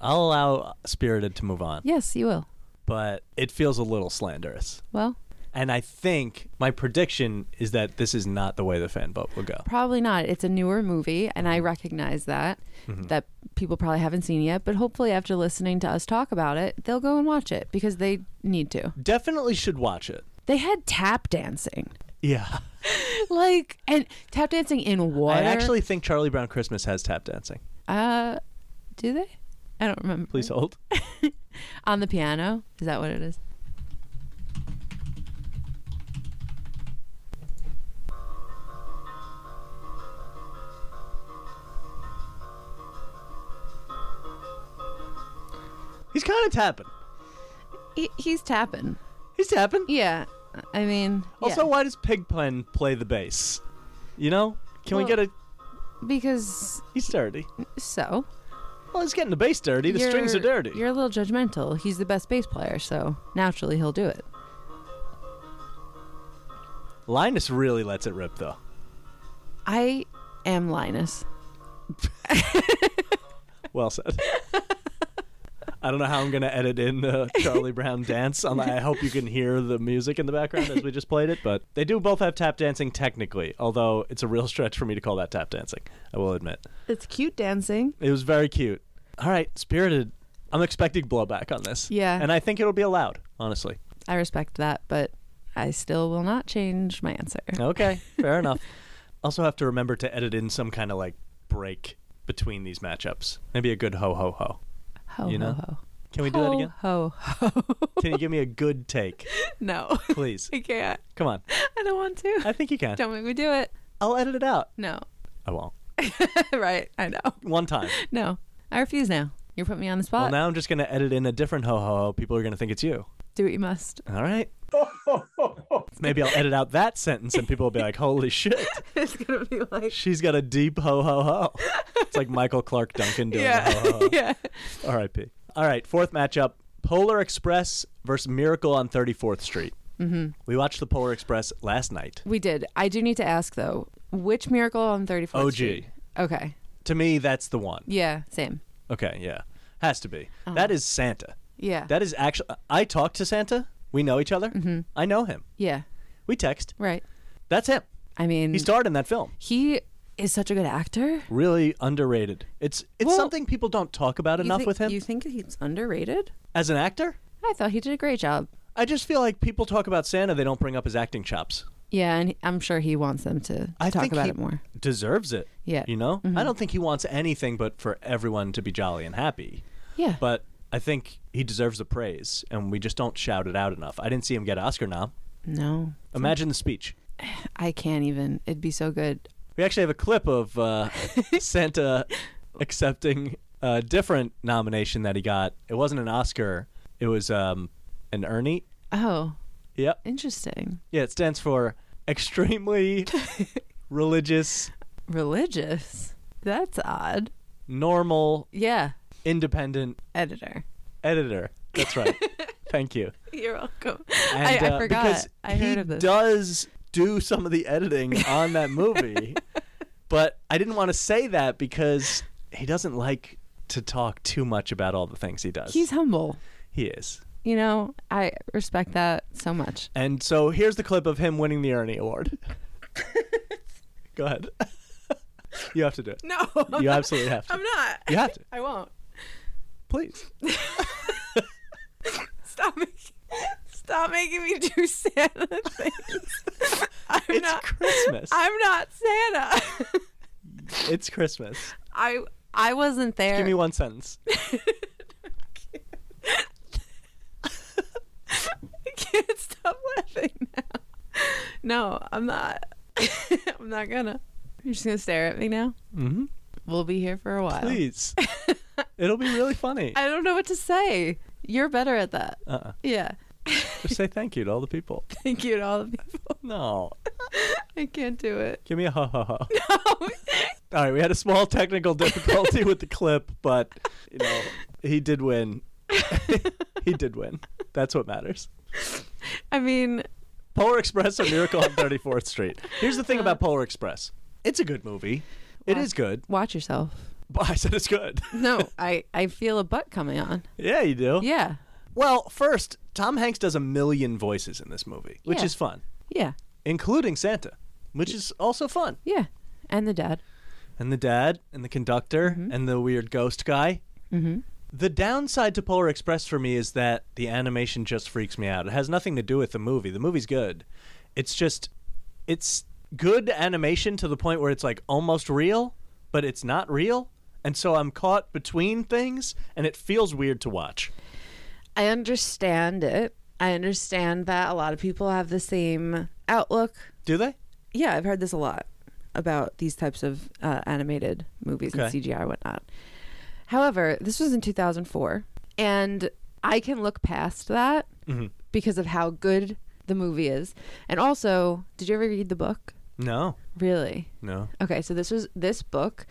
[SPEAKER 1] I'll allow Spirited to move on,
[SPEAKER 2] Yes, you will.
[SPEAKER 1] but it feels a little slanderous.
[SPEAKER 2] Well,
[SPEAKER 1] And I think my prediction is that this is not the way the fan vote will go.
[SPEAKER 2] probably not. It's a newer movie, and I recognize that
[SPEAKER 1] Mm-hmm.
[SPEAKER 2] that people probably haven't seen yet. But hopefully, after listening to us talk about it, they'll go and watch it because they need to.
[SPEAKER 1] Definitely should watch it.
[SPEAKER 2] They had tap dancing,
[SPEAKER 1] Yeah.
[SPEAKER 2] like and tap dancing in water.
[SPEAKER 1] I actually think Charlie Brown Christmas has tap dancing.
[SPEAKER 2] uh, do they? I don't remember.
[SPEAKER 1] Please hold.
[SPEAKER 2] on the piano. Is that what it is?
[SPEAKER 1] He's kind of tapping.
[SPEAKER 2] He, he's tapping.
[SPEAKER 1] He's tapping.
[SPEAKER 2] Yeah, I mean,
[SPEAKER 1] Also,
[SPEAKER 2] yeah.
[SPEAKER 1] why does Pigpen play the bass? You know? Can we
[SPEAKER 2] Well-
[SPEAKER 1] get a.
[SPEAKER 2] because
[SPEAKER 1] He's dirty.
[SPEAKER 2] so
[SPEAKER 1] Well, he's getting the bass dirty. The strings are
[SPEAKER 2] you're-
[SPEAKER 1] dirty.
[SPEAKER 2] You're a little judgmental. He's the best bass player, so naturally he'll do it.
[SPEAKER 1] Linus really lets it rip, though.
[SPEAKER 2] I am Linus.
[SPEAKER 1] Well said. I don't know how I'm going to edit in the Charlie Brown dance. On I hope you can hear the music in the background as we just played it, but they do both have tap dancing technically, although it's a real stretch for me to call that tap dancing. I will admit.
[SPEAKER 2] It's cute dancing.
[SPEAKER 1] It was very cute. All right, Spirited. I'm expecting blowback on this.
[SPEAKER 2] Yeah.
[SPEAKER 1] And I think it'll be allowed, honestly.
[SPEAKER 2] I respect that, but I still will not change my answer.
[SPEAKER 1] Okay, fair enough. Also, have to remember to edit in some kind of like break between these matchups. Maybe a good ho ho ho.
[SPEAKER 2] Ho,
[SPEAKER 1] You know?
[SPEAKER 2] ho, ho.
[SPEAKER 1] Can we do that again?
[SPEAKER 2] Ho, ho, ho.
[SPEAKER 1] Can you give me a good take,
[SPEAKER 2] no,
[SPEAKER 1] please?
[SPEAKER 2] I can't.
[SPEAKER 1] Come on.
[SPEAKER 2] I don't want to.
[SPEAKER 1] I think you can.
[SPEAKER 2] Don't make me do it.
[SPEAKER 1] I'll edit it out.
[SPEAKER 2] No.
[SPEAKER 1] I won't.
[SPEAKER 2] right. I know.
[SPEAKER 1] One time.
[SPEAKER 2] No. I refuse now. You're putting me on the
[SPEAKER 1] Well,
[SPEAKER 2] spot.
[SPEAKER 1] now I'm just going to edit in a different ho ho ho. People are going to think it's you.
[SPEAKER 2] Do what you must.
[SPEAKER 1] All right. Maybe I'll edit out that sentence and people will be like, holy shit,
[SPEAKER 2] it's going to be like.
[SPEAKER 1] she's got a deep ho ho ho. It's like Michael Clark Duncan doing a ho ho ho.
[SPEAKER 2] Yeah. yeah.
[SPEAKER 1] R.I.P. All right, fourth matchup: Polar Express versus Miracle on 34th Street. Mm-hmm. We watched the Polar Express last night.
[SPEAKER 2] We did. I do need to ask, though, which miracle on 34th?
[SPEAKER 1] OG.
[SPEAKER 2] Street? Okay.
[SPEAKER 1] To me, that's the one.
[SPEAKER 2] Yeah. Same.
[SPEAKER 1] Okay, yeah, has to be.
[SPEAKER 2] Oh.
[SPEAKER 1] That is Santa.
[SPEAKER 2] Yeah.
[SPEAKER 1] That is actually. I talked to Santa. We know each other. Mm-hmm. I know him.
[SPEAKER 2] yeah.
[SPEAKER 1] We text.
[SPEAKER 2] Right.
[SPEAKER 1] That's him.
[SPEAKER 2] I mean,
[SPEAKER 1] He starred in that film.
[SPEAKER 2] he is such a good actor.
[SPEAKER 1] Really underrated. It's it's
[SPEAKER 2] Well-
[SPEAKER 1] something people don't talk about enough with him
[SPEAKER 2] You think he's underrated?
[SPEAKER 1] as an actor.
[SPEAKER 2] I thought he did a great job.
[SPEAKER 1] I just feel like people talk about Santa. They don't bring up his acting chops.
[SPEAKER 2] Yeah, and I'm sure he wants them to
[SPEAKER 1] I
[SPEAKER 2] talk
[SPEAKER 1] think
[SPEAKER 2] about
[SPEAKER 1] he
[SPEAKER 2] it more.
[SPEAKER 1] Deserves it.
[SPEAKER 2] Yeah. Mm-hmm.
[SPEAKER 1] You know? I don't think he wants anything but for everyone to be jolly and happy.
[SPEAKER 2] Yeah.
[SPEAKER 1] But I think he deserves the praise and we just don't shout it out enough. I didn't see him get an Oscar nom.
[SPEAKER 2] no,
[SPEAKER 1] Imagine the speech.
[SPEAKER 2] I can't even. It'd be so good.
[SPEAKER 1] We actually have a clip of uh, Santa accepting a different nomination that he got. It wasn't an Oscar. It was um, an Ernie.
[SPEAKER 2] Oh,
[SPEAKER 1] Yep.
[SPEAKER 2] interesting.
[SPEAKER 1] Yeah, it stands for extremely religious,
[SPEAKER 2] Religious. That's odd.
[SPEAKER 1] normal,
[SPEAKER 2] Yeah.
[SPEAKER 1] independent
[SPEAKER 2] Editor.
[SPEAKER 1] editor. That's right. Thank you.
[SPEAKER 2] You're welcome.
[SPEAKER 1] And,
[SPEAKER 2] I, I
[SPEAKER 1] uh,
[SPEAKER 2] forgot.
[SPEAKER 1] Because
[SPEAKER 2] I
[SPEAKER 1] he
[SPEAKER 2] heard of this.
[SPEAKER 1] does do some of the editing on that movie, but I didn't want to say that because he doesn't like to talk too much about all the things he does.
[SPEAKER 2] He's humble.
[SPEAKER 1] he is.
[SPEAKER 2] You know, I respect that so much.
[SPEAKER 1] And so here's the clip of him winning the Ernie Award. Go ahead. you have to do it.
[SPEAKER 2] No,
[SPEAKER 1] You absolutely have to.
[SPEAKER 2] not.
[SPEAKER 1] You have to.
[SPEAKER 2] I won't.
[SPEAKER 1] Please.
[SPEAKER 2] Stop making, stop making me do Santa things. I'm
[SPEAKER 1] It's
[SPEAKER 2] not,
[SPEAKER 1] Christmas.
[SPEAKER 2] I'm not Santa.
[SPEAKER 1] It's Christmas.
[SPEAKER 2] I I wasn't there.
[SPEAKER 1] Give me one sentence.
[SPEAKER 2] I can't stop laughing now. No, I'm not. I'm not gonna. You're just gonna stare at me now.
[SPEAKER 1] hmm
[SPEAKER 2] We'll be here for a while.
[SPEAKER 1] Please. It'll be really funny.
[SPEAKER 2] Oh. I don't know what to say. You're better at that.
[SPEAKER 1] Uh-uh.
[SPEAKER 2] Yeah.
[SPEAKER 1] Just say thank you to all the people.
[SPEAKER 2] Thank you to all the people.
[SPEAKER 1] No.
[SPEAKER 2] I can't do it.
[SPEAKER 1] Give me a ha ha ha. All right, we had a small technical difficulty with the clip, but you know, he did win. he did win. That's what matters.
[SPEAKER 2] I mean,
[SPEAKER 1] Polar Express or Miracle on 34th Street. Here's the
[SPEAKER 2] Uh-huh.
[SPEAKER 1] thing about Polar Express. It's a good movie. It
[SPEAKER 2] Wow.
[SPEAKER 1] is good.
[SPEAKER 2] watch yourself.
[SPEAKER 1] But I said it's good.
[SPEAKER 2] No, I I feel a butt coming on.
[SPEAKER 1] Yeah, you do.
[SPEAKER 2] Yeah.
[SPEAKER 1] Well, first, Tom Hanks does a million voices in this movie, which
[SPEAKER 2] Yeah.
[SPEAKER 1] is fun,
[SPEAKER 2] Yeah.
[SPEAKER 1] including Santa, which is also fun.
[SPEAKER 2] Yeah. And the dad.
[SPEAKER 1] and the dad and the conductor
[SPEAKER 2] Mm-hmm.
[SPEAKER 1] and the weird ghost guy. Mm-hmm. The downside to Polar Express for me is that the animation just freaks me out. It has nothing to do with the movie. The movie's good. It's just, it's good animation to the point where it's like almost real, but it's not real. And so I'm caught between things and it feels weird to watch.
[SPEAKER 2] I understand it. I understand that a lot of people have the same outlook.
[SPEAKER 1] Do they?
[SPEAKER 2] Yeah, I've heard this a lot about these types of uh, animated movies and
[SPEAKER 1] Okay.
[SPEAKER 2] CGI and whatnot. However, this was in 2004, and I can look past that because of how good the movie is. And also, did you ever read the book?
[SPEAKER 1] No,
[SPEAKER 2] Really?
[SPEAKER 1] no.
[SPEAKER 2] Okay, so this was this book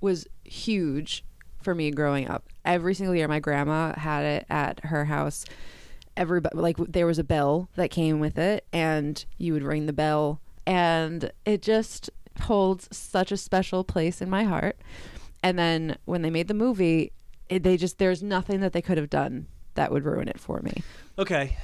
[SPEAKER 2] was huge for me growing up. Every single year, my grandma had it at her house. Everybody, like there was a bell that came with it, and you would ring the bell, and it just holds such a special place in my heart. And then when they made the movie, it, they just there's nothing that they could have done that would ruin it for me.
[SPEAKER 1] Okay,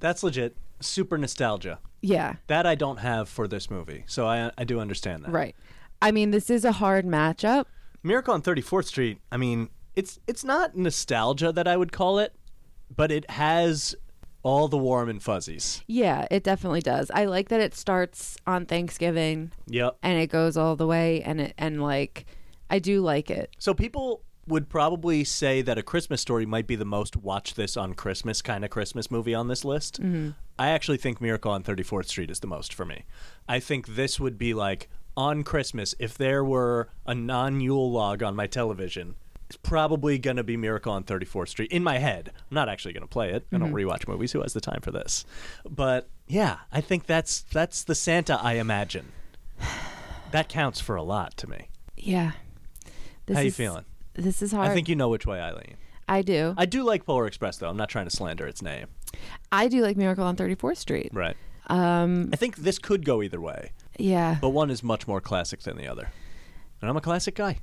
[SPEAKER 1] that's legit. Super nostalgia.
[SPEAKER 2] Yeah,
[SPEAKER 1] That I don't have for this movie. So I, I do understand that.
[SPEAKER 2] right. I mean, this is a hard matchup.
[SPEAKER 1] Miracle on 34th Street, I mean, it's it's not nostalgia that I would call it, but it has all the warm and fuzzies.
[SPEAKER 2] Yeah, it definitely does. I like that it starts on Thanksgiving
[SPEAKER 1] Yep.
[SPEAKER 2] and it goes all the way and it and like I do like it.
[SPEAKER 1] So people would probably say that a Christmas story might be the most watch this on Christmas kind of Christmas movie on this list.
[SPEAKER 2] Mm-hmm.
[SPEAKER 1] I actually think Miracle on 34th Street is the most for me. I think this would be like on Christmas if there were a non-Yule log on my television. It's probably going to be Miracle on 34th Street in my head. I'm not actually going to play it. I don't
[SPEAKER 2] Mm-hmm.
[SPEAKER 1] rewatch movies. Who has the time for this? But yeah, I think that's that's the Santa I imagine. That counts for a lot to me.
[SPEAKER 2] Yeah. This
[SPEAKER 1] How you
[SPEAKER 2] is-
[SPEAKER 1] feeling?
[SPEAKER 2] This is hard.
[SPEAKER 1] I think you know which way I lean.
[SPEAKER 2] I do. I,
[SPEAKER 1] I do like Polar Express though. I'm not trying to slander its name.
[SPEAKER 2] do like Miracle on 34th Street.
[SPEAKER 1] Right. Um, I think this could go either way,
[SPEAKER 2] Yeah.
[SPEAKER 1] but one is much more classic than the other. And I'm a classic guy.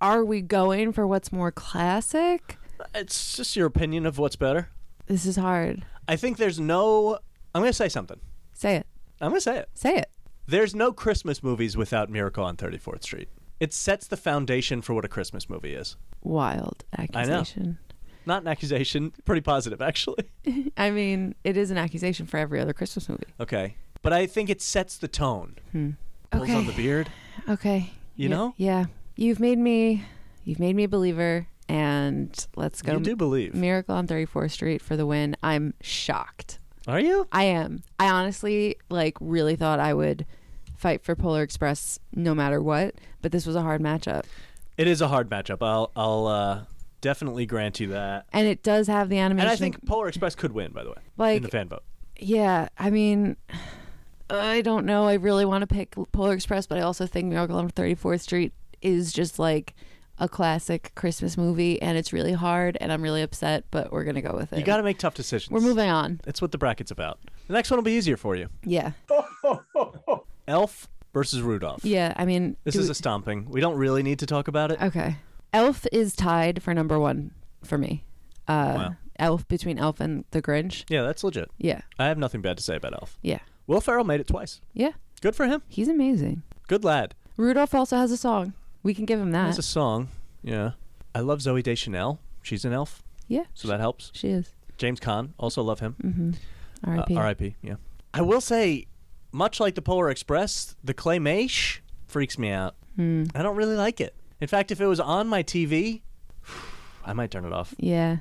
[SPEAKER 2] Are we going for what's more classic?
[SPEAKER 1] It's just your opinion of what's better.
[SPEAKER 2] This is hard.
[SPEAKER 1] I think there's no. I'm going to say something.
[SPEAKER 2] Say it.
[SPEAKER 1] I'm going to say it.
[SPEAKER 2] Say it.
[SPEAKER 1] There's no Christmas movies without Miracle on 34th Street. It sets the foundation for what a Christmas movie is.
[SPEAKER 2] Wild accusation.
[SPEAKER 1] Not an accusation, pretty positive actually.
[SPEAKER 2] I mean, it is an accusation for every other Christmas movie.
[SPEAKER 1] Okay. But I think it sets the tone. Pulls on
[SPEAKER 2] Okay.
[SPEAKER 1] the beard.
[SPEAKER 2] Okay.
[SPEAKER 1] You
[SPEAKER 2] Yeah-
[SPEAKER 1] know?
[SPEAKER 2] Yeah. You've made me you've made me a believer and let's go
[SPEAKER 1] You do believe.
[SPEAKER 2] Miracle on 34th Street for the win. I'm shocked.
[SPEAKER 1] Are you?
[SPEAKER 2] I am. I honestly like really thought I would fight for Polar Express no matter what, but this was a hard matchup.
[SPEAKER 1] It is a hard matchup. I'll I'll uh, definitely grant you that.
[SPEAKER 2] And it does have the animation.
[SPEAKER 1] And I think Polar Express could win, by the way, in
[SPEAKER 2] Like-
[SPEAKER 1] the fan vote.
[SPEAKER 2] yeah, I mean I don't know. I really want to pick Polar Express, but I also think Miracle on 34th Street is just like a classic Christmas movie and it's really hard and I'm really upset, but we're going to go with it.
[SPEAKER 1] You got to make tough decisions.
[SPEAKER 2] We're moving on.
[SPEAKER 1] That's what the bracket's about. The next one will be easier for you.
[SPEAKER 2] Yeah.
[SPEAKER 1] Elf versus Rudolph.
[SPEAKER 2] Yeah. I mean,
[SPEAKER 1] This
[SPEAKER 2] do
[SPEAKER 1] is
[SPEAKER 2] we-
[SPEAKER 1] a stomping. We don't really need to talk about it.
[SPEAKER 2] okay. Elf is tied for number one for me. Uh,
[SPEAKER 1] Wow.
[SPEAKER 2] Elf between Elf and The Grinch.
[SPEAKER 1] Yeah, that's legit.
[SPEAKER 2] Yeah.
[SPEAKER 1] I have nothing bad to say about Elf.
[SPEAKER 2] Yeah.
[SPEAKER 1] Will Ferrell made it twice.
[SPEAKER 2] Yeah.
[SPEAKER 1] Good for him.
[SPEAKER 2] He's amazing.
[SPEAKER 1] Good lad.
[SPEAKER 2] Rudolph also has a song. We can give him that.
[SPEAKER 1] That's a song. Yeah. I love Zoe Deschanel. She's an elf,
[SPEAKER 2] yeah.
[SPEAKER 1] so that helps.
[SPEAKER 2] She is.
[SPEAKER 1] James Caan, also love him.
[SPEAKER 2] Mm-hmm.
[SPEAKER 1] Uh,
[SPEAKER 2] R.I.P.
[SPEAKER 1] R.I.P. Yeah. I will say, much like the Polar Express, the claymation freaks me out.
[SPEAKER 2] Hmm.
[SPEAKER 1] I don't really like it. In fact, if it was on my TV, I might turn it off.
[SPEAKER 2] Yeah.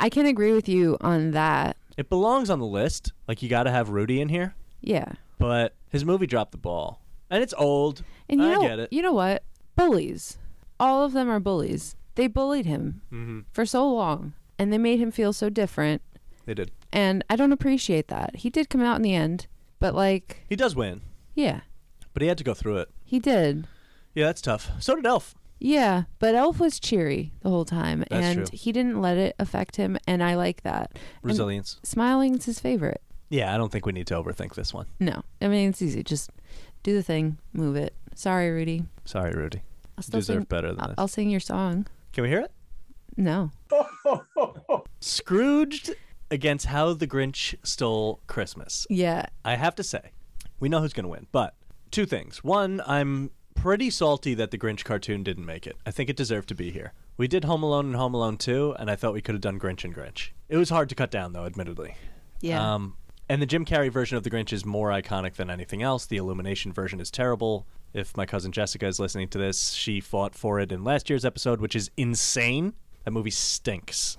[SPEAKER 2] I can agree with you on that.
[SPEAKER 1] It belongs on the list. Like you got to have Rudy in here,
[SPEAKER 2] Yeah.
[SPEAKER 1] but his movie dropped the ball, and it's old.
[SPEAKER 2] And you
[SPEAKER 1] I
[SPEAKER 2] know,
[SPEAKER 1] get it.
[SPEAKER 2] you know what? Bullies. All of them are bullies. They bullied him
[SPEAKER 1] Mm-hmm.
[SPEAKER 2] for so long and they made him feel so different.
[SPEAKER 1] They did.
[SPEAKER 2] And I don't appreciate that. He did come out in the end, but like,
[SPEAKER 1] He does win,
[SPEAKER 2] yeah,
[SPEAKER 1] but he had to go through it.
[SPEAKER 2] he did.
[SPEAKER 1] Yeah, that's tough. So did Elf.
[SPEAKER 2] Yeah, but Elf was cheery the whole time
[SPEAKER 1] That's
[SPEAKER 2] and
[SPEAKER 1] true.
[SPEAKER 2] he didn't let it affect him. And I like that. And
[SPEAKER 1] Resilience.
[SPEAKER 2] smiling's his favorite.
[SPEAKER 1] yeah, I don't think we need to overthink this one.
[SPEAKER 2] No, I mean, it's easy. Just do the thing, move it. Sorry, Rudy.
[SPEAKER 1] Sorry, Rudy.
[SPEAKER 2] I'll
[SPEAKER 1] You
[SPEAKER 2] still
[SPEAKER 1] deserve
[SPEAKER 2] sing,
[SPEAKER 1] better than
[SPEAKER 2] I'll,
[SPEAKER 1] this.
[SPEAKER 2] I'll sing your song.
[SPEAKER 1] Can we hear it?
[SPEAKER 2] No.
[SPEAKER 1] Scrooged against How the Grinch Stole Christmas.
[SPEAKER 2] Yeah.
[SPEAKER 1] I have to say, we know who's going to win, but two things. One, I'm pretty salty that the Grinch cartoon didn't make it. I think it deserved to be here. We did Home Alone and Home Alone 2, and I thought we could have done Grinch and Grinch. It was hard to cut down, though, admittedly.
[SPEAKER 2] Yeah.
[SPEAKER 1] Um, and the Jim Carrey version of the Grinch is more iconic than anything else. The Illumination version is terrible. If my cousin Jessica is listening to this, she fought for it in last year's episode, which is insane. That movie stinks.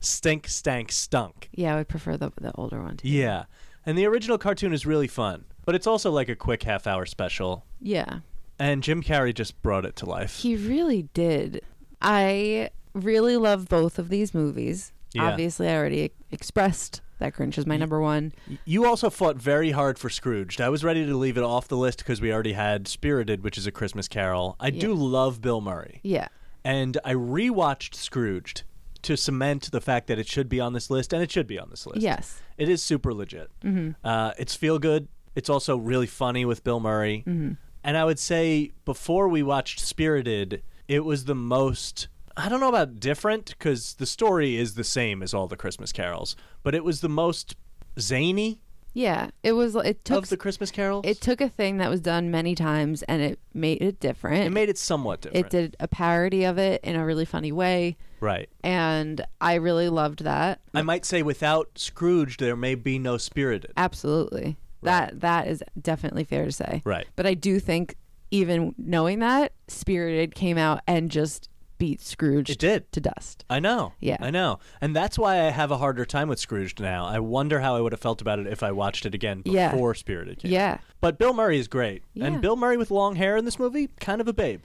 [SPEAKER 1] Stink, stank, stunk.
[SPEAKER 2] yeah, I would prefer the, the older one. Too.
[SPEAKER 1] Yeah. And the original cartoon is really fun, but it's also like a quick half hour special.
[SPEAKER 2] Yeah.
[SPEAKER 1] And Jim Carrey just brought it to life.
[SPEAKER 2] He really did. I really love both of these movies.
[SPEAKER 1] Yeah.
[SPEAKER 2] Obviously, I already e-, expressed that Grinch is my number one.
[SPEAKER 1] You also fought very hard for Scrooged. I was ready to leave it off the list because we already had Spirited, which is a Christmas carol. I do love Bill Murray.
[SPEAKER 2] Yeah.
[SPEAKER 1] And I rewatched Scrooged to cement the fact that it should be on this list, and it should be on this list.
[SPEAKER 2] Yes.
[SPEAKER 1] It is super legit.
[SPEAKER 2] Mm-hmm.
[SPEAKER 1] Uh, it's feel good. It's also really funny with Bill Murray.
[SPEAKER 2] Mm-hmm.
[SPEAKER 1] And I would say before we watched Spirited, it was the most. I don't know about different because the story is the same as all the Christmas carols, but it was the most zany
[SPEAKER 2] Yeah. It was. It took.
[SPEAKER 1] of the Christmas carols.
[SPEAKER 2] it took a thing that was done many times and it made it different.
[SPEAKER 1] It made it somewhat different.
[SPEAKER 2] it did a parody of it in a really funny way,
[SPEAKER 1] Right.
[SPEAKER 2] and I really loved that.
[SPEAKER 1] I might say without Scrooge, there may be no Spirited.
[SPEAKER 2] Absolutely. That that is definitely fair to say.
[SPEAKER 1] Right.
[SPEAKER 2] But I do think even knowing that, Spirited came out and just beat Scrooge
[SPEAKER 1] It did.
[SPEAKER 2] to dust.
[SPEAKER 1] I know.
[SPEAKER 2] Yeah.
[SPEAKER 1] I know. And that's why I have a harder time with Scrooge now. I wonder how I would have felt about it if I watched it again
[SPEAKER 2] Yeah.
[SPEAKER 1] before Spirited came.
[SPEAKER 2] Yeah.
[SPEAKER 1] But Bill Murray is great.
[SPEAKER 2] Yeah.
[SPEAKER 1] And Bill Murray with long hair in this movie, kind of a babe.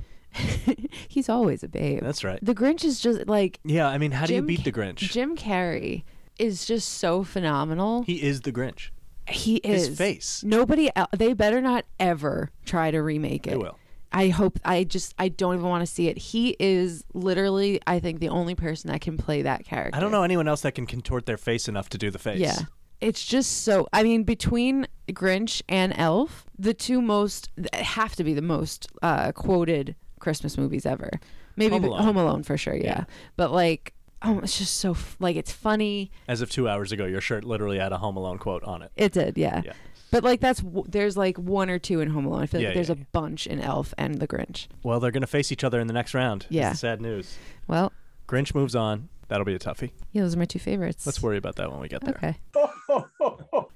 [SPEAKER 2] He's always a babe.
[SPEAKER 1] That's right.
[SPEAKER 2] The Grinch is just like
[SPEAKER 1] Yeah, I mean, how
[SPEAKER 2] Jim
[SPEAKER 1] do you beat the
[SPEAKER 2] Ca-
[SPEAKER 1] Grinch?
[SPEAKER 2] Jim Carrey is just so phenomenal. He,
[SPEAKER 1] he is the Grinch.
[SPEAKER 2] is
[SPEAKER 1] His face.
[SPEAKER 2] Nobody el they better not ever try to remake it.
[SPEAKER 1] will.
[SPEAKER 2] I hope I just I don't even want to see it. He is literally I think the only person that can play that character.
[SPEAKER 1] I don't know anyone else that can contort their face enough to do the face.
[SPEAKER 2] Yeah. It's just so I mean between Grinch and Elf, the two most have to be the most uh, quoted Christmas movies ever. Maybe
[SPEAKER 1] Home
[SPEAKER 2] b-
[SPEAKER 1] Alone.
[SPEAKER 2] for sure, yeah. But like oh it's just so f- like it's funny.
[SPEAKER 1] As of two hours ago, your shirt literally had a Home Alone quote on it.
[SPEAKER 2] It did, yeah.
[SPEAKER 1] Yeah.
[SPEAKER 2] But like that's w- there's like one or two in Home Alone. I feel
[SPEAKER 1] Yeah,
[SPEAKER 2] like there's
[SPEAKER 1] yeah,
[SPEAKER 2] a
[SPEAKER 1] yeah.
[SPEAKER 2] bunch in Elf and The Grinch.
[SPEAKER 1] Well, they're going to face each other in the next round. It's
[SPEAKER 2] Yeah.
[SPEAKER 1] the sad news.
[SPEAKER 2] Well,
[SPEAKER 1] Grinch moves on. That'll be a toughie.
[SPEAKER 2] yeah, those are my two favorites.
[SPEAKER 1] Let's worry about that when we get there.
[SPEAKER 2] Okay.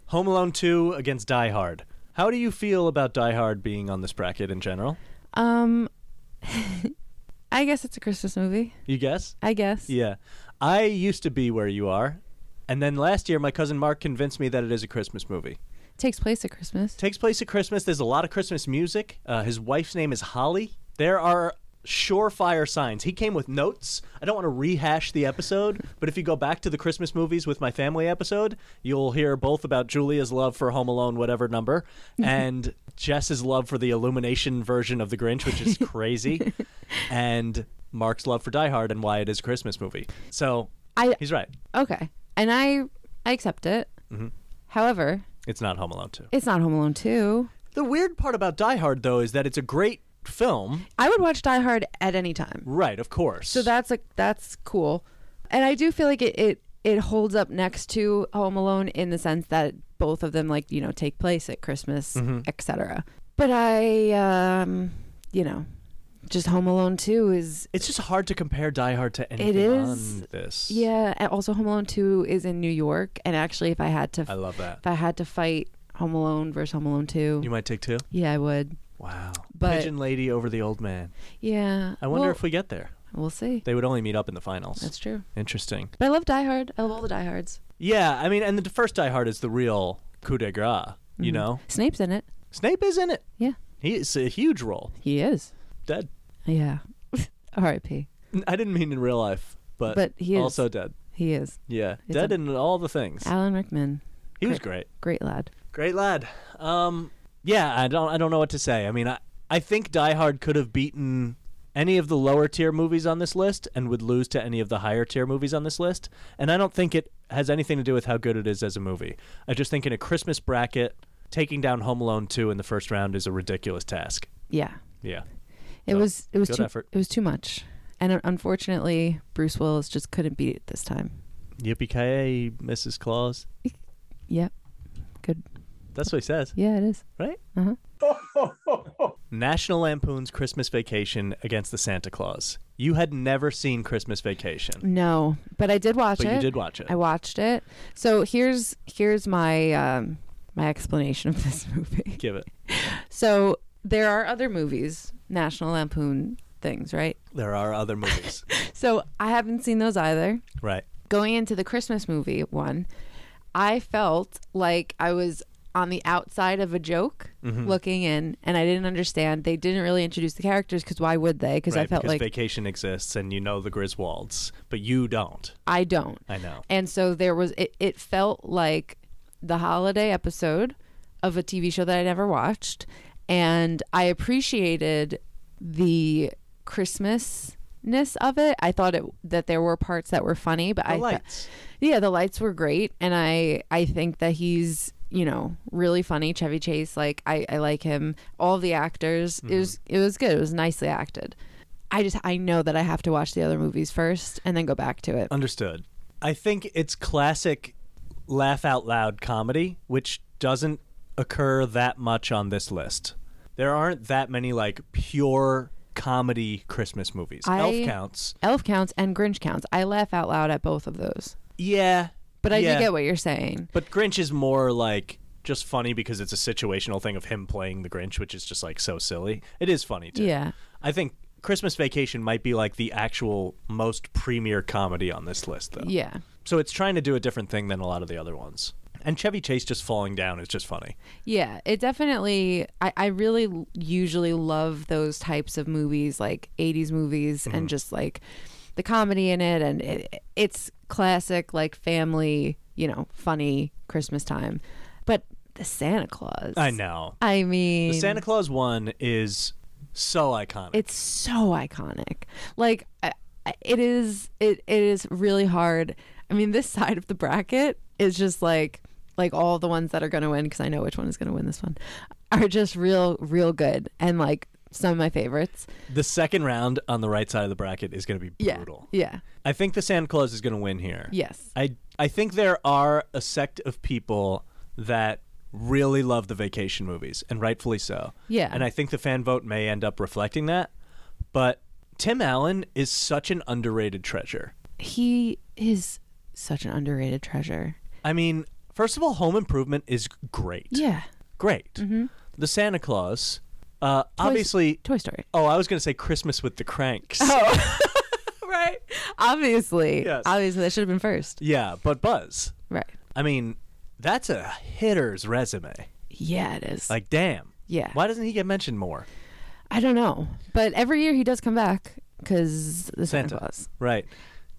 [SPEAKER 1] Home Alone 2 against Die Hard. How do you feel about Die Hard being on this bracket in general?
[SPEAKER 2] Um I guess it's a Christmas movie.
[SPEAKER 1] You guess?
[SPEAKER 2] I guess.
[SPEAKER 1] Yeah. I used to be where you are. And then last year, my cousin Mark convinced me that it is a Christmas movie.
[SPEAKER 2] takes place at Christmas.
[SPEAKER 1] Takes place at Christmas. There's a lot of Christmas music. Uh, his wife's name is Holly. There are surefire signs. He came with notes. I don't want to rehash the episode, but if you go back to the Christmas movies with my family episode, you'll hear both about Julia's love for Home Alone, whatever number, and Jess's love for the Illumination version of The Grinch, which is crazy, and Mark's love for Die Hard and why it is a Christmas movie. So
[SPEAKER 2] I
[SPEAKER 1] he's right.
[SPEAKER 2] Okay. And I I accept it.
[SPEAKER 1] Mm-hmm.
[SPEAKER 2] However,
[SPEAKER 1] It's not Home Alone 2.
[SPEAKER 2] it's not Home Alone 2.
[SPEAKER 1] The weird part about Die Hard, though, is that it's a great film.
[SPEAKER 2] I would watch Die Hard at any time.
[SPEAKER 1] Right, of course.
[SPEAKER 2] So that's a that's cool. And I do feel like it it it holds up next to Home Alone in the sense that both of them like, you know, take place at Christmas,
[SPEAKER 1] Mm-hmm.
[SPEAKER 2] etc. But I um, you know, just Home Alone 2 is
[SPEAKER 1] It's just hard to compare Die Hard to anything
[SPEAKER 2] is-
[SPEAKER 1] on this.
[SPEAKER 2] yeah, and also Home Alone 2 is in New York and actually if I had to
[SPEAKER 1] I love that.
[SPEAKER 2] if I had to fight Home Alone versus Home Alone Two.
[SPEAKER 1] You might take two.
[SPEAKER 2] yeah, I would.
[SPEAKER 1] Wow.
[SPEAKER 2] But-
[SPEAKER 1] Pigeon Lady over the old man.
[SPEAKER 2] Yeah.
[SPEAKER 1] I wonder
[SPEAKER 2] well,
[SPEAKER 1] if we get there.
[SPEAKER 2] we'll see.
[SPEAKER 1] They would only meet up in the finals.
[SPEAKER 2] That's true.
[SPEAKER 1] Interesting.
[SPEAKER 2] But I love Die Hard. I love all the Die Hards.
[SPEAKER 1] Yeah, I mean, and the first Die Hard is the real coup de grace. You know,
[SPEAKER 2] Snape's in it.
[SPEAKER 1] Snape is in it.
[SPEAKER 2] Mm-hmm. Yeah,
[SPEAKER 1] He it's a huge role.
[SPEAKER 2] he is.
[SPEAKER 1] Dead.
[SPEAKER 2] Yeah. R.I.P.
[SPEAKER 1] I didn't mean in real life, but
[SPEAKER 2] But he is-
[SPEAKER 1] also dead.
[SPEAKER 2] He is.
[SPEAKER 1] Yeah,
[SPEAKER 2] It's
[SPEAKER 1] dead
[SPEAKER 2] a-
[SPEAKER 1] in all the things.
[SPEAKER 2] Alan Rickman,
[SPEAKER 1] He was great.
[SPEAKER 2] great lad.
[SPEAKER 1] Great lad. Um, yeah, I don't I don't know what to say. I mean, I I think Die Hard could have beaten any of the lower tier movies on this list and would lose to any of the higher tier movies on this list. And I don't think it has anything to do with how good it is as a movie. I just think in a Christmas bracket, taking down Home Alone 2 in the first round is a ridiculous task.
[SPEAKER 2] Yeah.
[SPEAKER 1] Yeah.
[SPEAKER 2] It
[SPEAKER 1] So,
[SPEAKER 2] was. It was
[SPEAKER 1] Oh, good
[SPEAKER 2] too.
[SPEAKER 1] effort.
[SPEAKER 2] It was too much. And uh, unfortunately, Bruce Willis just couldn't beat it this time.
[SPEAKER 1] Yippee-ki-yay, Mrs. Claus.
[SPEAKER 2] Yep. Good.
[SPEAKER 1] That's what he says,
[SPEAKER 2] Yeah, it is.
[SPEAKER 1] right?
[SPEAKER 2] Uh-huh.
[SPEAKER 1] National Lampoon's Christmas Vacation against the Santa Claus. You had never seen Christmas Vacation,
[SPEAKER 2] No, but I did watch
[SPEAKER 1] but
[SPEAKER 2] it.
[SPEAKER 1] you did watch it.
[SPEAKER 2] I watched it. So here's here's my um, my explanation of this movie.
[SPEAKER 1] Give it.
[SPEAKER 2] So there are other movies, National Lampoon things, right?
[SPEAKER 1] There are other movies.
[SPEAKER 2] So I haven't seen those either.
[SPEAKER 1] right.
[SPEAKER 2] Going into the Christmas movie one, I felt like I was on the outside of a joke
[SPEAKER 1] Mm-hmm.
[SPEAKER 2] looking in and I didn't understand. They didn't really introduce the characters because why would they? Because
[SPEAKER 1] Right.
[SPEAKER 2] I felt
[SPEAKER 1] because
[SPEAKER 2] like
[SPEAKER 1] vacation exists and you know the Griswolds, but you don't.
[SPEAKER 2] I don't.
[SPEAKER 1] I know.
[SPEAKER 2] And so there was it, it felt like the holiday episode of a TV show that I never watched and I appreciated the Christmasness of it. I thought it that there were parts that were funny, but
[SPEAKER 1] The
[SPEAKER 2] I thought-
[SPEAKER 1] lights.
[SPEAKER 2] yeah, the lights were great and I I think that he's you know, really funny Chevy Chase. Like I, I like him. All the actors. It was it was good. It was nicely acted. I just I know that I have to watch the other movies first and then go back to it.
[SPEAKER 1] Understood. I think it's classic laugh out loud comedy, which doesn't occur that much on this list. There aren't that many like pure comedy Christmas movies.
[SPEAKER 2] I-
[SPEAKER 1] Elf counts.
[SPEAKER 2] Elf counts and Grinch counts. I laugh out loud at both of those.
[SPEAKER 1] Yeah.
[SPEAKER 2] But I
[SPEAKER 1] yeah.
[SPEAKER 2] do get what you're saying.
[SPEAKER 1] But Grinch is more like just funny because it's a situational thing of him playing the Grinch, which is just like so silly. It is funny too.
[SPEAKER 2] Yeah.
[SPEAKER 1] I think Christmas Vacation might be like the actual most premier comedy on this list though.
[SPEAKER 2] Yeah.
[SPEAKER 1] So it's trying to do a different thing than a lot of the other ones. And Chevy Chase just falling down is just funny.
[SPEAKER 2] Yeah. It definitely, I, I really l- usually love those types of movies, like 80s movies and just like the comedy in it. And it, it's classic, like family, you know, funny Christmas time. But the Santa Claus.
[SPEAKER 1] I know.
[SPEAKER 2] I mean,
[SPEAKER 1] The Santa Claus one is so iconic.
[SPEAKER 2] it's so iconic like I- I- it is it, it is really hard i mean this side of the bracket is just like like all the ones that are going to win because i know which one is going to win this one are just real real good and like some of my favorites
[SPEAKER 1] the second round on the right side of the bracket is going to be
[SPEAKER 2] yeah
[SPEAKER 1] brutal.
[SPEAKER 2] yeah
[SPEAKER 1] I think the Santa Claus is going to win here.
[SPEAKER 2] yes
[SPEAKER 1] I I think there are a sect of people that really love the vacation movies, and rightfully so.
[SPEAKER 2] Yeah.
[SPEAKER 1] And I think the fan vote may end up reflecting that. But Tim Allen is such an underrated treasure.
[SPEAKER 2] he is such an underrated treasure
[SPEAKER 1] I mean, first of all, Home Improvement is great.
[SPEAKER 2] yeah Mm-hmm.
[SPEAKER 1] Great. The Santa Claus, uh, obviously.
[SPEAKER 2] toy story
[SPEAKER 1] Oh, I was going to say Christmas with the Cranks.
[SPEAKER 2] Oh. right obviously
[SPEAKER 1] Yes.
[SPEAKER 2] obviously that should have been first
[SPEAKER 1] Yeah, but Buzz.
[SPEAKER 2] right
[SPEAKER 1] I mean, that's a hitter's resume.
[SPEAKER 2] yeah it is
[SPEAKER 1] Like, damn.
[SPEAKER 2] Yeah.
[SPEAKER 1] Why doesn't he get mentioned more?
[SPEAKER 2] I don't know, but every year he does come back because the Santa,
[SPEAKER 1] Santa.
[SPEAKER 2] Claus.
[SPEAKER 1] Right.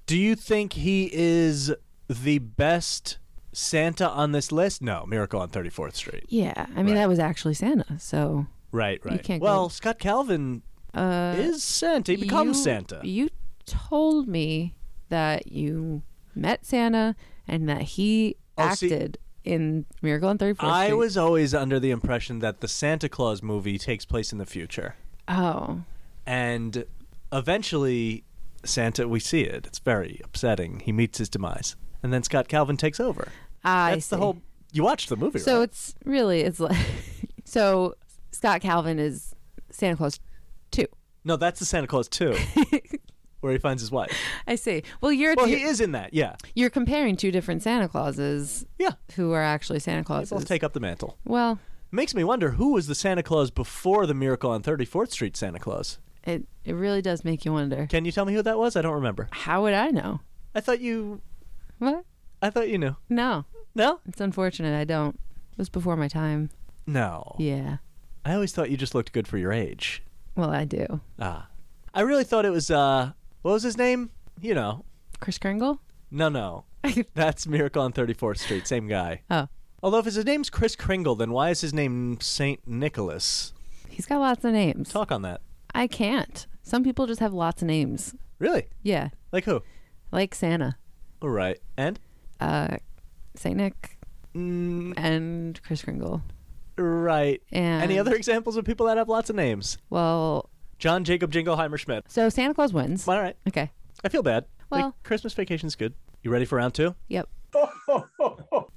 [SPEAKER 1] Do you think he is the best Santa on this list? No, Miracle on 34th Street.
[SPEAKER 2] Yeah, I mean
[SPEAKER 1] Right.
[SPEAKER 2] that was actually Santa. So
[SPEAKER 1] Right, right.
[SPEAKER 2] can't go-
[SPEAKER 1] well, Scott Calvin
[SPEAKER 2] uh,
[SPEAKER 1] is Santa. He becomes
[SPEAKER 2] you-
[SPEAKER 1] Santa.
[SPEAKER 2] You told me that you met Santa and that he
[SPEAKER 1] Oh, see-
[SPEAKER 2] acted in Miracle on Thirty Fourth
[SPEAKER 1] I was always under the impression that the Santa Claus movie takes place in the future.
[SPEAKER 2] oh
[SPEAKER 1] And eventually, Santa, we see it. It's very upsetting. He meets his demise. And then Scott Calvin takes over.
[SPEAKER 2] I
[SPEAKER 1] That's
[SPEAKER 2] see.
[SPEAKER 1] the whole. You watched the movie,
[SPEAKER 2] So
[SPEAKER 1] right?
[SPEAKER 2] it's really it's like so Scott Calvin is Santa Claus two.
[SPEAKER 1] No, that's the Santa Claus 2. where he finds his wife.
[SPEAKER 2] I see. Well, you're
[SPEAKER 1] Well,
[SPEAKER 2] you're,
[SPEAKER 1] he is in that. Yeah,
[SPEAKER 2] you're comparing two different Santa Clauses
[SPEAKER 1] yeah.
[SPEAKER 2] who are actually Santa
[SPEAKER 1] They both
[SPEAKER 2] Clauses.
[SPEAKER 1] take up the mantle.
[SPEAKER 2] well,
[SPEAKER 1] It makes me wonder who was the Santa Claus before the Miracle on 34th Street Santa Claus.
[SPEAKER 2] it it really does make you wonder.
[SPEAKER 1] Can you tell me who that was? I don't remember.
[SPEAKER 2] How would I know?
[SPEAKER 1] I thought you.
[SPEAKER 2] What?
[SPEAKER 1] I thought you knew.
[SPEAKER 2] No,
[SPEAKER 1] No.
[SPEAKER 2] it's unfortunate. I don't. It was before my time.
[SPEAKER 1] No.
[SPEAKER 2] Yeah.
[SPEAKER 1] I always thought you just looked good for your age.
[SPEAKER 2] Well, I do.
[SPEAKER 1] Ah. I really thought it was uh what was his name? You know.
[SPEAKER 2] Chris Kringle.
[SPEAKER 1] No, no. That's Miracle on 34th Street, same guy.
[SPEAKER 2] oh,
[SPEAKER 1] Although if his name's Chris Kringle, then why is his name Saint Nicholas?
[SPEAKER 2] he's got lots of names.
[SPEAKER 1] Talk on that.
[SPEAKER 2] I can't. Some people just have lots of names.
[SPEAKER 1] Really?
[SPEAKER 2] Yeah,
[SPEAKER 1] Like who?
[SPEAKER 2] like Santa,
[SPEAKER 1] All right. And
[SPEAKER 2] uh, Saint Nick,
[SPEAKER 1] mm,
[SPEAKER 2] and Chris Kringle.
[SPEAKER 1] right.
[SPEAKER 2] And
[SPEAKER 1] Any other examples of people that have lots of names?
[SPEAKER 2] Well,
[SPEAKER 1] John Jacob Jingleheimer Schmidt.
[SPEAKER 2] so Santa Claus wins.
[SPEAKER 1] All right.
[SPEAKER 2] Okay.
[SPEAKER 1] I feel bad.
[SPEAKER 2] Well-
[SPEAKER 1] like, Christmas vacation's good. You ready for round 2?
[SPEAKER 2] Yep.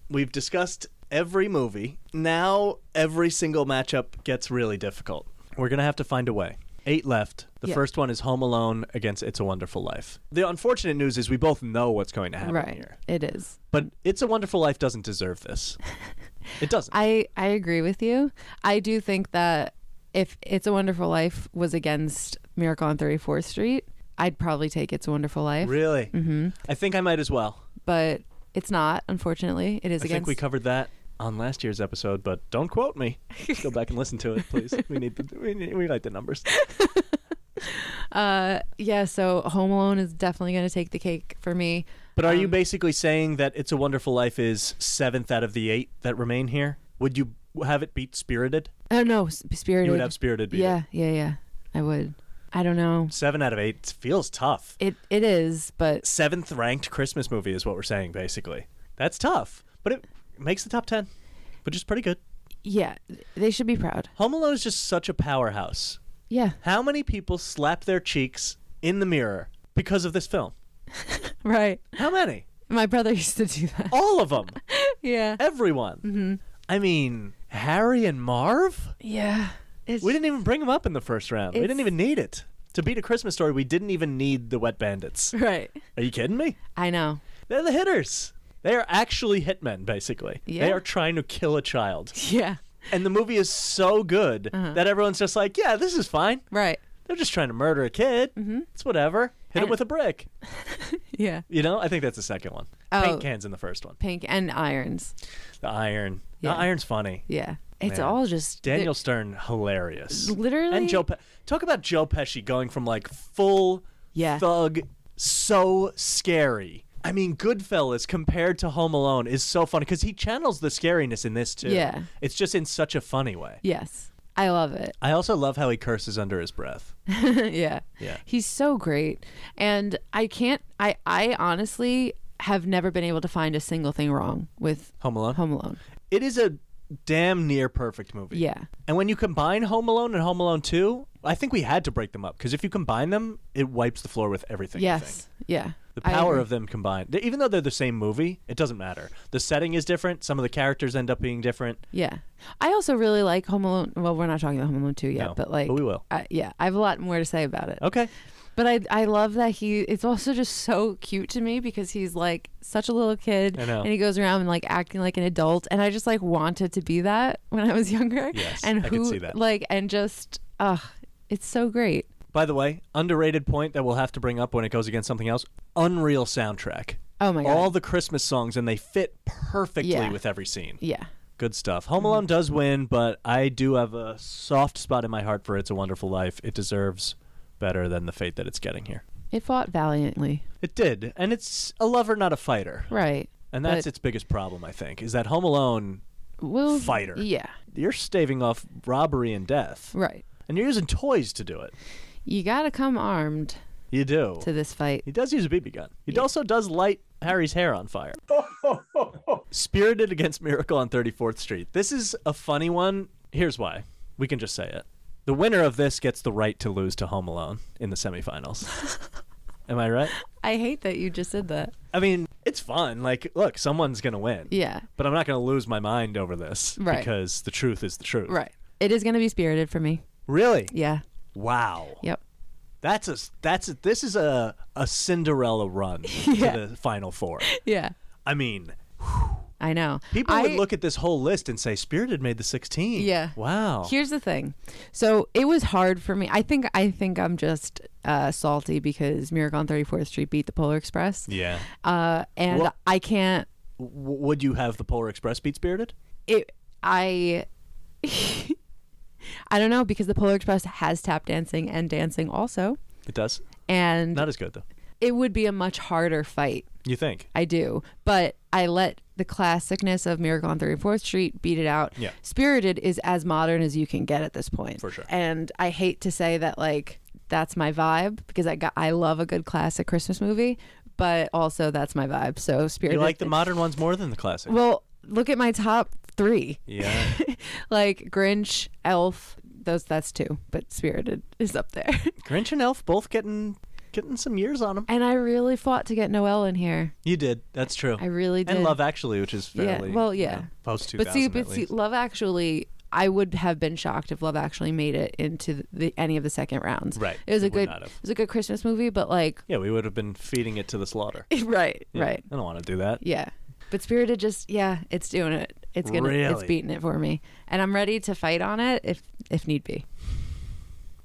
[SPEAKER 1] We've discussed every movie. Now every single matchup gets really difficult. We're going to have to find a way. Eight left. The
[SPEAKER 2] Yeah.
[SPEAKER 1] first one is Home Alone against It's a Wonderful Life. The unfortunate news is we both know what's going to happen
[SPEAKER 2] Right.
[SPEAKER 1] here.
[SPEAKER 2] It is.
[SPEAKER 1] But It's a Wonderful Life doesn't deserve this. It doesn't.
[SPEAKER 2] I I agree with you. I do think that if It's a Wonderful Life was against Miracle on 34th Street, I'd probably take It's a Wonderful Life.
[SPEAKER 1] really? Mm-hmm. I think I might as well.
[SPEAKER 2] But it's not, unfortunately. It is
[SPEAKER 1] I
[SPEAKER 2] against.
[SPEAKER 1] think we covered that on last year's episode, but don't quote me. Just go back and listen to it, please. We need the, we, need, we like the numbers.
[SPEAKER 2] uh, yeah. So Home Alone is definitely going to take the cake for me.
[SPEAKER 1] But are
[SPEAKER 2] Um,
[SPEAKER 1] you basically saying that It's a Wonderful Life is seventh out of the eight that remain here? Would you have it beat Spirited?
[SPEAKER 2] Oh no, S- Spirited.
[SPEAKER 1] You would have Spirited beat
[SPEAKER 2] yeah,
[SPEAKER 1] it.
[SPEAKER 2] yeah, yeah. I would. I don't know.
[SPEAKER 1] Seven out of eight feels tough.
[SPEAKER 2] It it is, but
[SPEAKER 1] Seventh ranked Christmas movie is what we're saying, basically. That's tough, but it makes the top ten, which is pretty good.
[SPEAKER 2] yeah, they should be proud.
[SPEAKER 1] Home Alone is just such a powerhouse.
[SPEAKER 2] Yeah,
[SPEAKER 1] How many people slap their cheeks in the mirror because of this film?
[SPEAKER 2] right.
[SPEAKER 1] How many?
[SPEAKER 2] My brother used to do that.
[SPEAKER 1] All of them.
[SPEAKER 2] Yeah,
[SPEAKER 1] Everyone.
[SPEAKER 2] Mm-hmm.
[SPEAKER 1] I mean, Harry and Marv?
[SPEAKER 2] yeah. It's
[SPEAKER 1] We didn't even bring him up in the first round. We didn't
[SPEAKER 2] It's-
[SPEAKER 1] even need it. To beat a Christmas story, we didn't even need the Wet Bandits.
[SPEAKER 2] right.
[SPEAKER 1] Are you kidding me?
[SPEAKER 2] I know.
[SPEAKER 1] They're the hitters. They are actually hitmen, basically. They
[SPEAKER 2] Yeah.
[SPEAKER 1] are trying to kill a child.
[SPEAKER 2] Yeah,
[SPEAKER 1] And the movie is so good
[SPEAKER 2] Uh-huh.
[SPEAKER 1] that everyone's just like, yeah, this is fine.
[SPEAKER 2] right.
[SPEAKER 1] They're just trying to murder a kid. Mm-hmm. It's whatever. Hit it
[SPEAKER 2] And-
[SPEAKER 1] with a brick.
[SPEAKER 2] Yeah.
[SPEAKER 1] You know, I think that's the second one.
[SPEAKER 2] Oh.
[SPEAKER 1] Paint cans in the first one.
[SPEAKER 2] Pink and irons.
[SPEAKER 1] The iron.
[SPEAKER 2] Yeah.
[SPEAKER 1] The iron's funny.
[SPEAKER 2] Yeah. It's
[SPEAKER 1] Man.
[SPEAKER 2] all just
[SPEAKER 1] Daniel Stern, hilarious.
[SPEAKER 2] Literally-
[SPEAKER 1] And Joe Pe- Talk about Joe Pesci going from like full
[SPEAKER 2] Yeah.
[SPEAKER 1] thug, so scary. I mean, Goodfellas compared to Home Alone is so funny because he channels the scariness in this too.
[SPEAKER 2] Yeah.
[SPEAKER 1] It's just in such a funny way.
[SPEAKER 2] Yes, I love it.
[SPEAKER 1] I also love how he curses under his breath.
[SPEAKER 2] yeah.
[SPEAKER 1] Yeah.
[SPEAKER 2] He's so great. And I can't I I honestly have never been able to find a single thing wrong with
[SPEAKER 1] Home Alone?
[SPEAKER 2] Home Alone.
[SPEAKER 1] It is a damn near perfect movie.
[SPEAKER 2] Yeah.
[SPEAKER 1] And when you combine Home Alone and Home Alone 2, I think we had to break them up because if you combine them, it wipes the floor with everything. I think.
[SPEAKER 2] Yes. Yeah.
[SPEAKER 1] The
[SPEAKER 2] I
[SPEAKER 1] power
[SPEAKER 2] agree.
[SPEAKER 1] of them combined, They- even though they're the same movie, it doesn't matter. The setting is different. Some of the characters end up being different.
[SPEAKER 2] Yeah. I also really like Home Alone. Well, we're not talking about Home Alone 2 yet,
[SPEAKER 1] No,
[SPEAKER 2] but like
[SPEAKER 1] but we will.
[SPEAKER 2] I, yeah, I have a lot more to say about it.
[SPEAKER 1] Okay,
[SPEAKER 2] But I I love that he it's also just so cute to me because he's like such a little kid
[SPEAKER 1] I know.
[SPEAKER 2] and he goes around and like acting like an adult and I just like wanted to be that when I was younger.
[SPEAKER 1] Yes,
[SPEAKER 2] and
[SPEAKER 1] I
[SPEAKER 2] who
[SPEAKER 1] could see that.
[SPEAKER 2] like and just ugh it's so great.
[SPEAKER 1] by the way, underrated point that we'll have to bring up when it goes against something else. Unreal soundtrack.
[SPEAKER 2] Oh my god.
[SPEAKER 1] All the Christmas songs and they fit perfectly
[SPEAKER 2] Yeah.
[SPEAKER 1] with every scene.
[SPEAKER 2] yeah.
[SPEAKER 1] Good stuff. Home Alone does win, but I do have a soft spot in my heart for It's a Wonderful Life. It deserves better than the fate that it's getting here.
[SPEAKER 2] It fought valiantly.
[SPEAKER 1] It did, and it's a lover, not a fighter.
[SPEAKER 2] Right.
[SPEAKER 1] And that's
[SPEAKER 2] But-
[SPEAKER 1] its biggest problem, I think, is that Home Alone
[SPEAKER 2] Will
[SPEAKER 1] Fighter.
[SPEAKER 2] Yeah.
[SPEAKER 1] you're staving off robbery and death,
[SPEAKER 2] Right.
[SPEAKER 1] and you're using toys to do it.
[SPEAKER 2] You gotta come armed
[SPEAKER 1] You do.
[SPEAKER 2] to this fight.
[SPEAKER 1] He does use a BB gun. He also does light Harry's hair on fire. Spirited against Miracle on 34th Street. This is a funny one. Here's why. We can just say it. The winner of this gets the right to lose to Home Alone in the semifinals. Am I right?
[SPEAKER 2] I hate that you just said that.
[SPEAKER 1] I mean, it's fun. Like, look, someone's going to win.
[SPEAKER 2] Yeah.
[SPEAKER 1] But I'm not going to lose my mind over this
[SPEAKER 2] Right.
[SPEAKER 1] because the truth is the truth.
[SPEAKER 2] Right. It is gonna be spirited for me.
[SPEAKER 1] Really?
[SPEAKER 2] Yeah.
[SPEAKER 1] Wow.
[SPEAKER 2] Yep.
[SPEAKER 1] That's a that's a, this is a a Cinderella run
[SPEAKER 2] Yeah.
[SPEAKER 1] to the final four.
[SPEAKER 2] Yeah.
[SPEAKER 1] I mean,
[SPEAKER 2] I know.
[SPEAKER 1] people would
[SPEAKER 2] I-
[SPEAKER 1] look at this whole list and say Spirited made the 16.
[SPEAKER 2] Yeah.
[SPEAKER 1] Wow.
[SPEAKER 2] Here's the thing. So it was hard for me. I think I think I'm just uh, salty because Miracle on 34th Street beat the Polar Express.
[SPEAKER 1] yeah.
[SPEAKER 2] Uh, and
[SPEAKER 1] Well-
[SPEAKER 2] I can't.
[SPEAKER 1] W- would you have the Polar Express beat Spirited?
[SPEAKER 2] It. I. I don't know because the Polar Express has tap dancing and dancing also,
[SPEAKER 1] It does.
[SPEAKER 2] and
[SPEAKER 1] Not as good though.
[SPEAKER 2] it would be a much harder fight.
[SPEAKER 1] You think?
[SPEAKER 2] I do, but I let the classicness of Miracle on 34th Street beat it out.
[SPEAKER 1] Yeah.
[SPEAKER 2] Spirited is as modern as you can get at this point.
[SPEAKER 1] For sure.
[SPEAKER 2] And I hate to say that like that's my vibe because I got I love a good classic Christmas movie, but also that's my vibe. So
[SPEAKER 1] You
[SPEAKER 2] Spirited
[SPEAKER 1] like the modern ones more than the classic.
[SPEAKER 2] Well, look at my top 3.
[SPEAKER 1] yeah.
[SPEAKER 2] like Grinch, Elf, those that's two, but Spirited is up there.
[SPEAKER 1] Grinch and Elf both getting getting some years on them.
[SPEAKER 2] and I really fought to get Noel in here.
[SPEAKER 1] You did. That's true.
[SPEAKER 2] I really did.
[SPEAKER 1] and Love Actually, which is
[SPEAKER 2] Yeah,
[SPEAKER 1] fairly
[SPEAKER 2] well,
[SPEAKER 1] you
[SPEAKER 2] yeah.
[SPEAKER 1] know, post two
[SPEAKER 2] But see,
[SPEAKER 1] thousand.
[SPEAKER 2] but see, Love Actually, I would have been shocked if Love Actually made it into the, any of the second rounds.
[SPEAKER 1] Right.
[SPEAKER 2] It was
[SPEAKER 1] It
[SPEAKER 2] a
[SPEAKER 1] would
[SPEAKER 2] good,
[SPEAKER 1] not have.
[SPEAKER 2] it was a good Christmas movie, but like,
[SPEAKER 1] yeah, we would have been feeding it to the slaughter.
[SPEAKER 2] right,
[SPEAKER 1] Yeah,
[SPEAKER 2] right,
[SPEAKER 1] I don't want to do that.
[SPEAKER 2] yeah. But Spirited just, yeah, it's doing it. It's gonna, it's
[SPEAKER 1] Really?
[SPEAKER 2] beating it for me, and I'm ready to fight on it if if need be.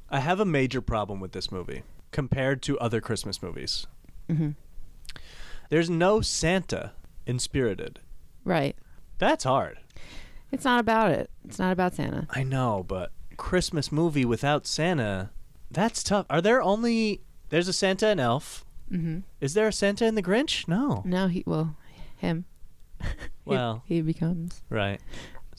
[SPEAKER 1] I have a major problem with this movie compared to other Christmas movies. There's no Santa in Spirited.
[SPEAKER 2] Right.
[SPEAKER 1] That's hard.
[SPEAKER 2] It's not about it. It's not about Santa.
[SPEAKER 1] I know, but Christmas movie without Santa, that's tough. Are there only there's a Santa and Elf?
[SPEAKER 2] Mm-hmm.
[SPEAKER 1] Is there a Santa in the Grinch? No.
[SPEAKER 2] No, he well, him.
[SPEAKER 1] Well,
[SPEAKER 2] he, he becomes.
[SPEAKER 1] right.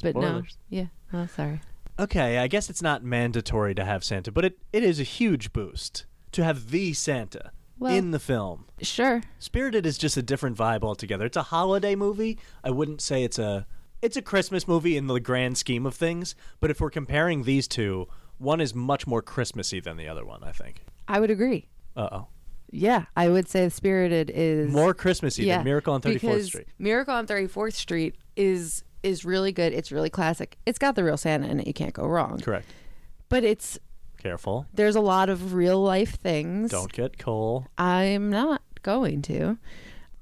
[SPEAKER 2] But no.
[SPEAKER 1] Spoilers.
[SPEAKER 2] Yeah. Oh, sorry.
[SPEAKER 1] Okay, I guess it's not mandatory to have Santa, but it, it is a huge boost to have the Santa
[SPEAKER 2] Well-
[SPEAKER 1] in the film.
[SPEAKER 2] Sure.
[SPEAKER 1] Spirited is just a different vibe altogether. It's a holiday movie. I wouldn't say it's a it's a Christmas movie in the grand scheme of things, but if we're comparing these two, one is much more Christmassy than the other one, I think.
[SPEAKER 2] I would agree.
[SPEAKER 1] Uh-oh.
[SPEAKER 2] Yeah, I would say Spirited is
[SPEAKER 1] More Christmassy
[SPEAKER 2] yeah,
[SPEAKER 1] than Miracle on 34th
[SPEAKER 2] because
[SPEAKER 1] Street.
[SPEAKER 2] Miracle on 34th Street is is really good. It's really classic. It's got the real Santa in it. You can't go wrong.
[SPEAKER 1] Correct.
[SPEAKER 2] But it's
[SPEAKER 1] Careful.
[SPEAKER 2] there's a lot of real life things.
[SPEAKER 1] Don't get coal.
[SPEAKER 2] I'm not going to.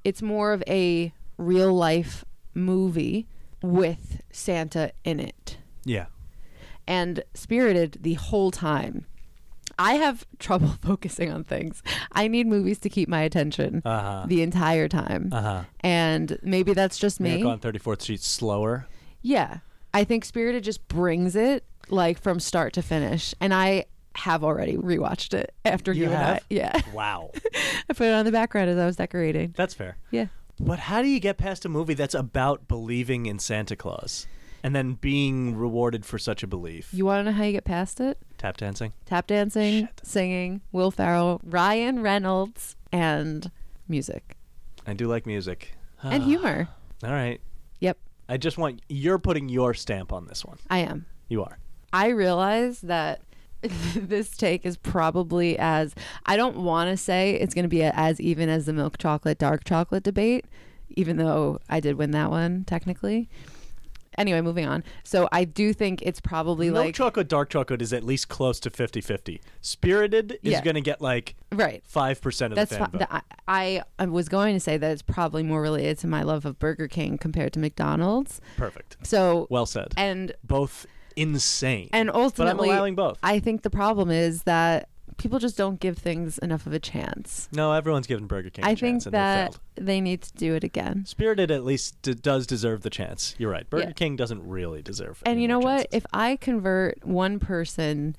[SPEAKER 2] It's more of a real life movie with Santa in it.
[SPEAKER 1] Yeah.
[SPEAKER 2] and spirited the whole time. I have trouble focusing on things. I need movies to keep my attention
[SPEAKER 1] Uh-huh.
[SPEAKER 2] the entire time.
[SPEAKER 1] Uh-huh.
[SPEAKER 2] And maybe that's just me.
[SPEAKER 1] Miracle on 34th Street's slower.
[SPEAKER 2] Yeah. I think Spirited just brings it like from start to finish. And I have already rewatched it after you,
[SPEAKER 1] You
[SPEAKER 2] and I.
[SPEAKER 1] have?
[SPEAKER 2] Yeah.
[SPEAKER 1] Wow.
[SPEAKER 2] I put it on the background as I was decorating.
[SPEAKER 1] That's fair.
[SPEAKER 2] Yeah.
[SPEAKER 1] But how do you get past a movie that's about believing in Santa Claus and then being rewarded for such a belief?
[SPEAKER 2] You want to know how you get past it?
[SPEAKER 1] Tap dancing.
[SPEAKER 2] Tap dancing, singing, Will Ferrell, Ryan Reynolds, and music
[SPEAKER 1] I do like music.
[SPEAKER 2] and humor.
[SPEAKER 1] All right.
[SPEAKER 2] Yep,
[SPEAKER 1] I just want you're putting your stamp on this one.
[SPEAKER 2] I am.
[SPEAKER 1] You are.
[SPEAKER 2] I realize that this take is probably as I don't want to say it's going to be as even as the milk chocolate dark chocolate debate, even though I did win that one technically. Anyway, moving on. So I do think it's probably
[SPEAKER 1] Milk
[SPEAKER 2] like
[SPEAKER 1] chocolate, dark chocolate is at least close to 50-50. Spirited is
[SPEAKER 2] Yeah.
[SPEAKER 1] going to get like
[SPEAKER 2] right.
[SPEAKER 1] five percent of
[SPEAKER 2] That's
[SPEAKER 1] the fan vote.
[SPEAKER 2] fi- the, I, I was going to say that it's probably more related to my love of Burger King compared to McDonald's.
[SPEAKER 1] Perfect.
[SPEAKER 2] So
[SPEAKER 1] Well said.
[SPEAKER 2] and
[SPEAKER 1] both insane.
[SPEAKER 2] and ultimately
[SPEAKER 1] allowing both.
[SPEAKER 2] I think the problem is that people just don't give things enough of a chance.
[SPEAKER 1] no, everyone's given Burger King. a
[SPEAKER 2] I think
[SPEAKER 1] chance and they
[SPEAKER 2] that
[SPEAKER 1] failed.
[SPEAKER 2] they need to do it again.
[SPEAKER 1] Spirited at least d- does deserve the chance. You're right. Burger
[SPEAKER 2] Yeah.
[SPEAKER 1] King doesn't really deserve.
[SPEAKER 2] And
[SPEAKER 1] any
[SPEAKER 2] you know
[SPEAKER 1] more
[SPEAKER 2] what?
[SPEAKER 1] chances.
[SPEAKER 2] If I convert one person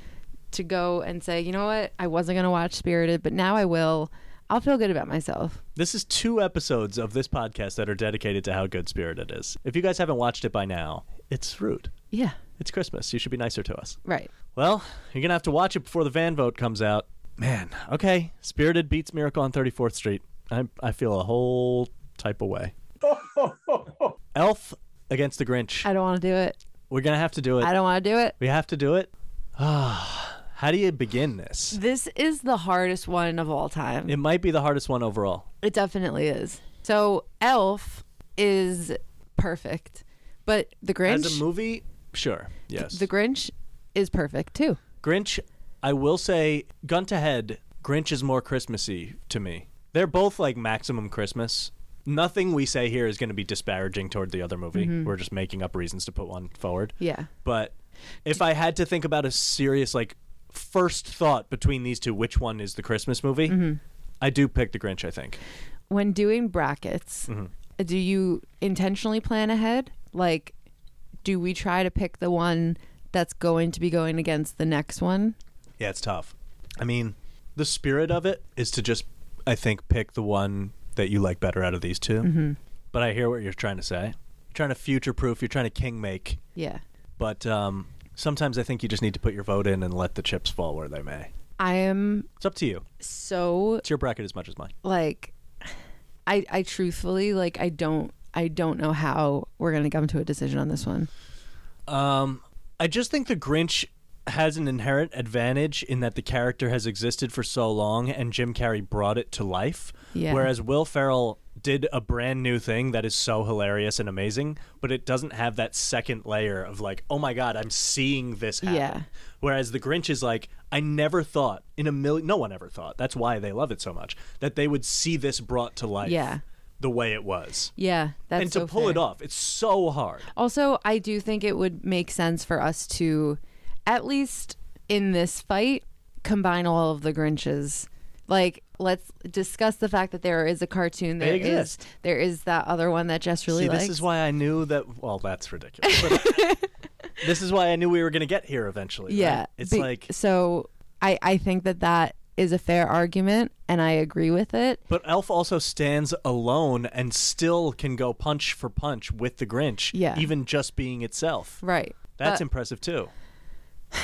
[SPEAKER 2] to go and say, you know what, I wasn't going to watch Spirited, but now I will, I'll feel good about myself.
[SPEAKER 1] This is two episodes of this podcast that are dedicated to how good Spirited is. If you guys haven't watched it by now, it's rude.
[SPEAKER 2] Yeah,
[SPEAKER 1] It's Christmas. You should be nicer to us.
[SPEAKER 2] right.
[SPEAKER 1] Well, you're going to have to watch it before the van vote comes out. Man, okay. Spirited beats Miracle on 34th Street. I, I feel a whole type of way. Elf against the Grinch.
[SPEAKER 2] I don't want to do it.
[SPEAKER 1] We're going to have to do it.
[SPEAKER 2] I don't want to do it.
[SPEAKER 1] We have to do it. Ah, how do you begin this?
[SPEAKER 2] This is the hardest one of all time.
[SPEAKER 1] It might be the hardest one overall.
[SPEAKER 2] It definitely is. So, Elf is perfect, but The Grinch,
[SPEAKER 1] As a movie, sure. Yes.
[SPEAKER 2] The Grinch is perfect too.
[SPEAKER 1] Grinch I will say, gun to head, Grinch is more Christmassy to me. They're both like maximum Christmas. Nothing we say here is going to be disparaging toward the other movie. We're just making up reasons to put one forward.
[SPEAKER 2] Yeah.
[SPEAKER 1] But if I had to think about a serious like first thought between these two, which one is the Christmas movie? I do pick the Grinch. I think.
[SPEAKER 2] When doing brackets,
[SPEAKER 1] Mm-hmm.
[SPEAKER 2] do you intentionally plan ahead? Like, do we try to pick the one that's going to be going against the next one?
[SPEAKER 1] Yeah, it's tough. I mean, the spirit of it is to just, I think, pick the one that you like better out of these 2 But I hear what you're trying to say. You're trying to future proof. You're trying to king make.
[SPEAKER 2] Yeah.
[SPEAKER 1] But um, sometimes I think you just need to put your vote in and let the chips fall where they may.
[SPEAKER 2] I am
[SPEAKER 1] It's up to you.
[SPEAKER 2] so
[SPEAKER 1] It's your bracket as much as mine.
[SPEAKER 2] like I I truthfully like I don't I don't know how we're going to come to a decision on this one.
[SPEAKER 1] Um, I just think the Grinch has an inherent advantage in that the character has existed for so long and Jim Carrey brought it to life.
[SPEAKER 2] Yeah.
[SPEAKER 1] Whereas Will Ferrell did a brand new thing that is so hilarious and amazing, but it doesn't have that second layer of like, oh my God, I'm seeing this happen.
[SPEAKER 2] Yeah.
[SPEAKER 1] Whereas the Grinch is like, I never thought in a million, no one ever thought, that's why they love it so much, that they would see this brought to life
[SPEAKER 2] Yeah.
[SPEAKER 1] the way it was.
[SPEAKER 2] Yeah, that's
[SPEAKER 1] and to
[SPEAKER 2] so
[SPEAKER 1] pull
[SPEAKER 2] fair.
[SPEAKER 1] it off, it's so hard.
[SPEAKER 2] Also, I do think it would make sense for us to, at least in this fight, combine all of the Grinches. Like, let's discuss the fact that there is a cartoon.
[SPEAKER 1] They
[SPEAKER 2] There is
[SPEAKER 1] exist.
[SPEAKER 2] there is that other one that Jess really
[SPEAKER 1] See,
[SPEAKER 2] likes.
[SPEAKER 1] this is why I knew that. Well, that's ridiculous. But this is why I knew we were going to get here eventually. right?
[SPEAKER 2] yeah,
[SPEAKER 1] It's
[SPEAKER 2] be-
[SPEAKER 1] like,
[SPEAKER 2] so. I I think that that is a fair argument, and I agree with it.
[SPEAKER 1] but Elf also stands alone and still can go punch for punch with the Grinch.
[SPEAKER 2] Yeah.
[SPEAKER 1] Even just being itself.
[SPEAKER 2] Right.
[SPEAKER 1] That's
[SPEAKER 2] Uh,
[SPEAKER 1] impressive too. A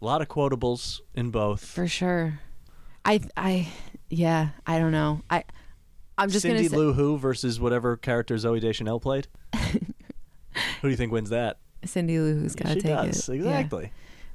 [SPEAKER 1] lot of quotables in both.
[SPEAKER 2] for sure. I I yeah. I don't know. I I'm just
[SPEAKER 1] Cindy
[SPEAKER 2] gonna say,
[SPEAKER 1] Lou Who versus whatever character Zoe Deschanel played. Who do you think wins that?
[SPEAKER 2] Cindy Lou who's gotta
[SPEAKER 1] she
[SPEAKER 2] take
[SPEAKER 1] does
[SPEAKER 2] it. Yeah.
[SPEAKER 1] exactly.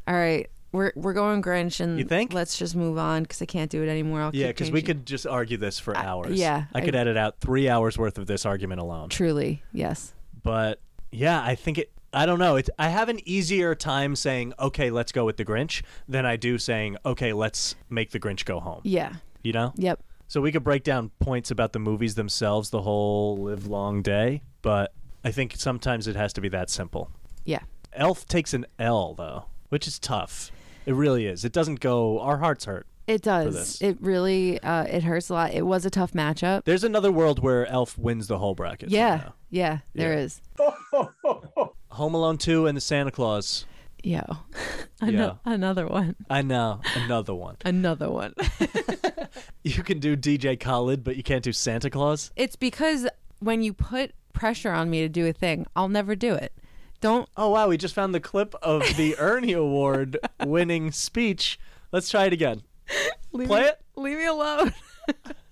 [SPEAKER 2] All right, we're we're going Grinch, and
[SPEAKER 1] You think?
[SPEAKER 2] Let's just move on because I can't do it anymore. I'll
[SPEAKER 1] Yeah,
[SPEAKER 2] keep
[SPEAKER 1] because we
[SPEAKER 2] changing-
[SPEAKER 1] could just argue this for hours.
[SPEAKER 2] yeah,
[SPEAKER 1] I,
[SPEAKER 2] I-
[SPEAKER 1] could edit out three hours worth of this argument alone.
[SPEAKER 2] truly yes.
[SPEAKER 1] But yeah, I think it. I don't know. It's, I have an easier time saying okay, let's go with the Grinch than I do saying okay, let's make the Grinch go home.
[SPEAKER 2] Yeah.
[SPEAKER 1] You know.
[SPEAKER 2] Yep.
[SPEAKER 1] So we could break down points about the movies themselves the whole live long day, but I think sometimes it has to be that simple.
[SPEAKER 2] Yeah.
[SPEAKER 1] Elf takes an L though, which is tough. It really is. It doesn't go. Our hearts hurt.
[SPEAKER 2] It
[SPEAKER 1] this.
[SPEAKER 2] does. It really uh, it hurts a lot. It was a tough matchup.
[SPEAKER 1] There's another world where Elf wins the whole bracket.
[SPEAKER 2] yeah.
[SPEAKER 1] somehow.
[SPEAKER 2] Yeah. There
[SPEAKER 1] Yeah.
[SPEAKER 2] is.
[SPEAKER 1] Home Alone 2 and the Santa Claus.
[SPEAKER 2] Yo. Ano-
[SPEAKER 1] Yeah.
[SPEAKER 2] Another one.
[SPEAKER 1] I know, another one.
[SPEAKER 2] Another one.
[SPEAKER 1] You can do DJ Khaled, but you can't do Santa Claus.
[SPEAKER 2] it's because when you put pressure on me to do a thing, I'll never do it. Don't.
[SPEAKER 1] Oh wow, we just found the clip of the Ernie Award winning speech. Let's try it again.
[SPEAKER 2] Leave
[SPEAKER 1] Play
[SPEAKER 2] me,
[SPEAKER 1] it.
[SPEAKER 2] Leave me alone.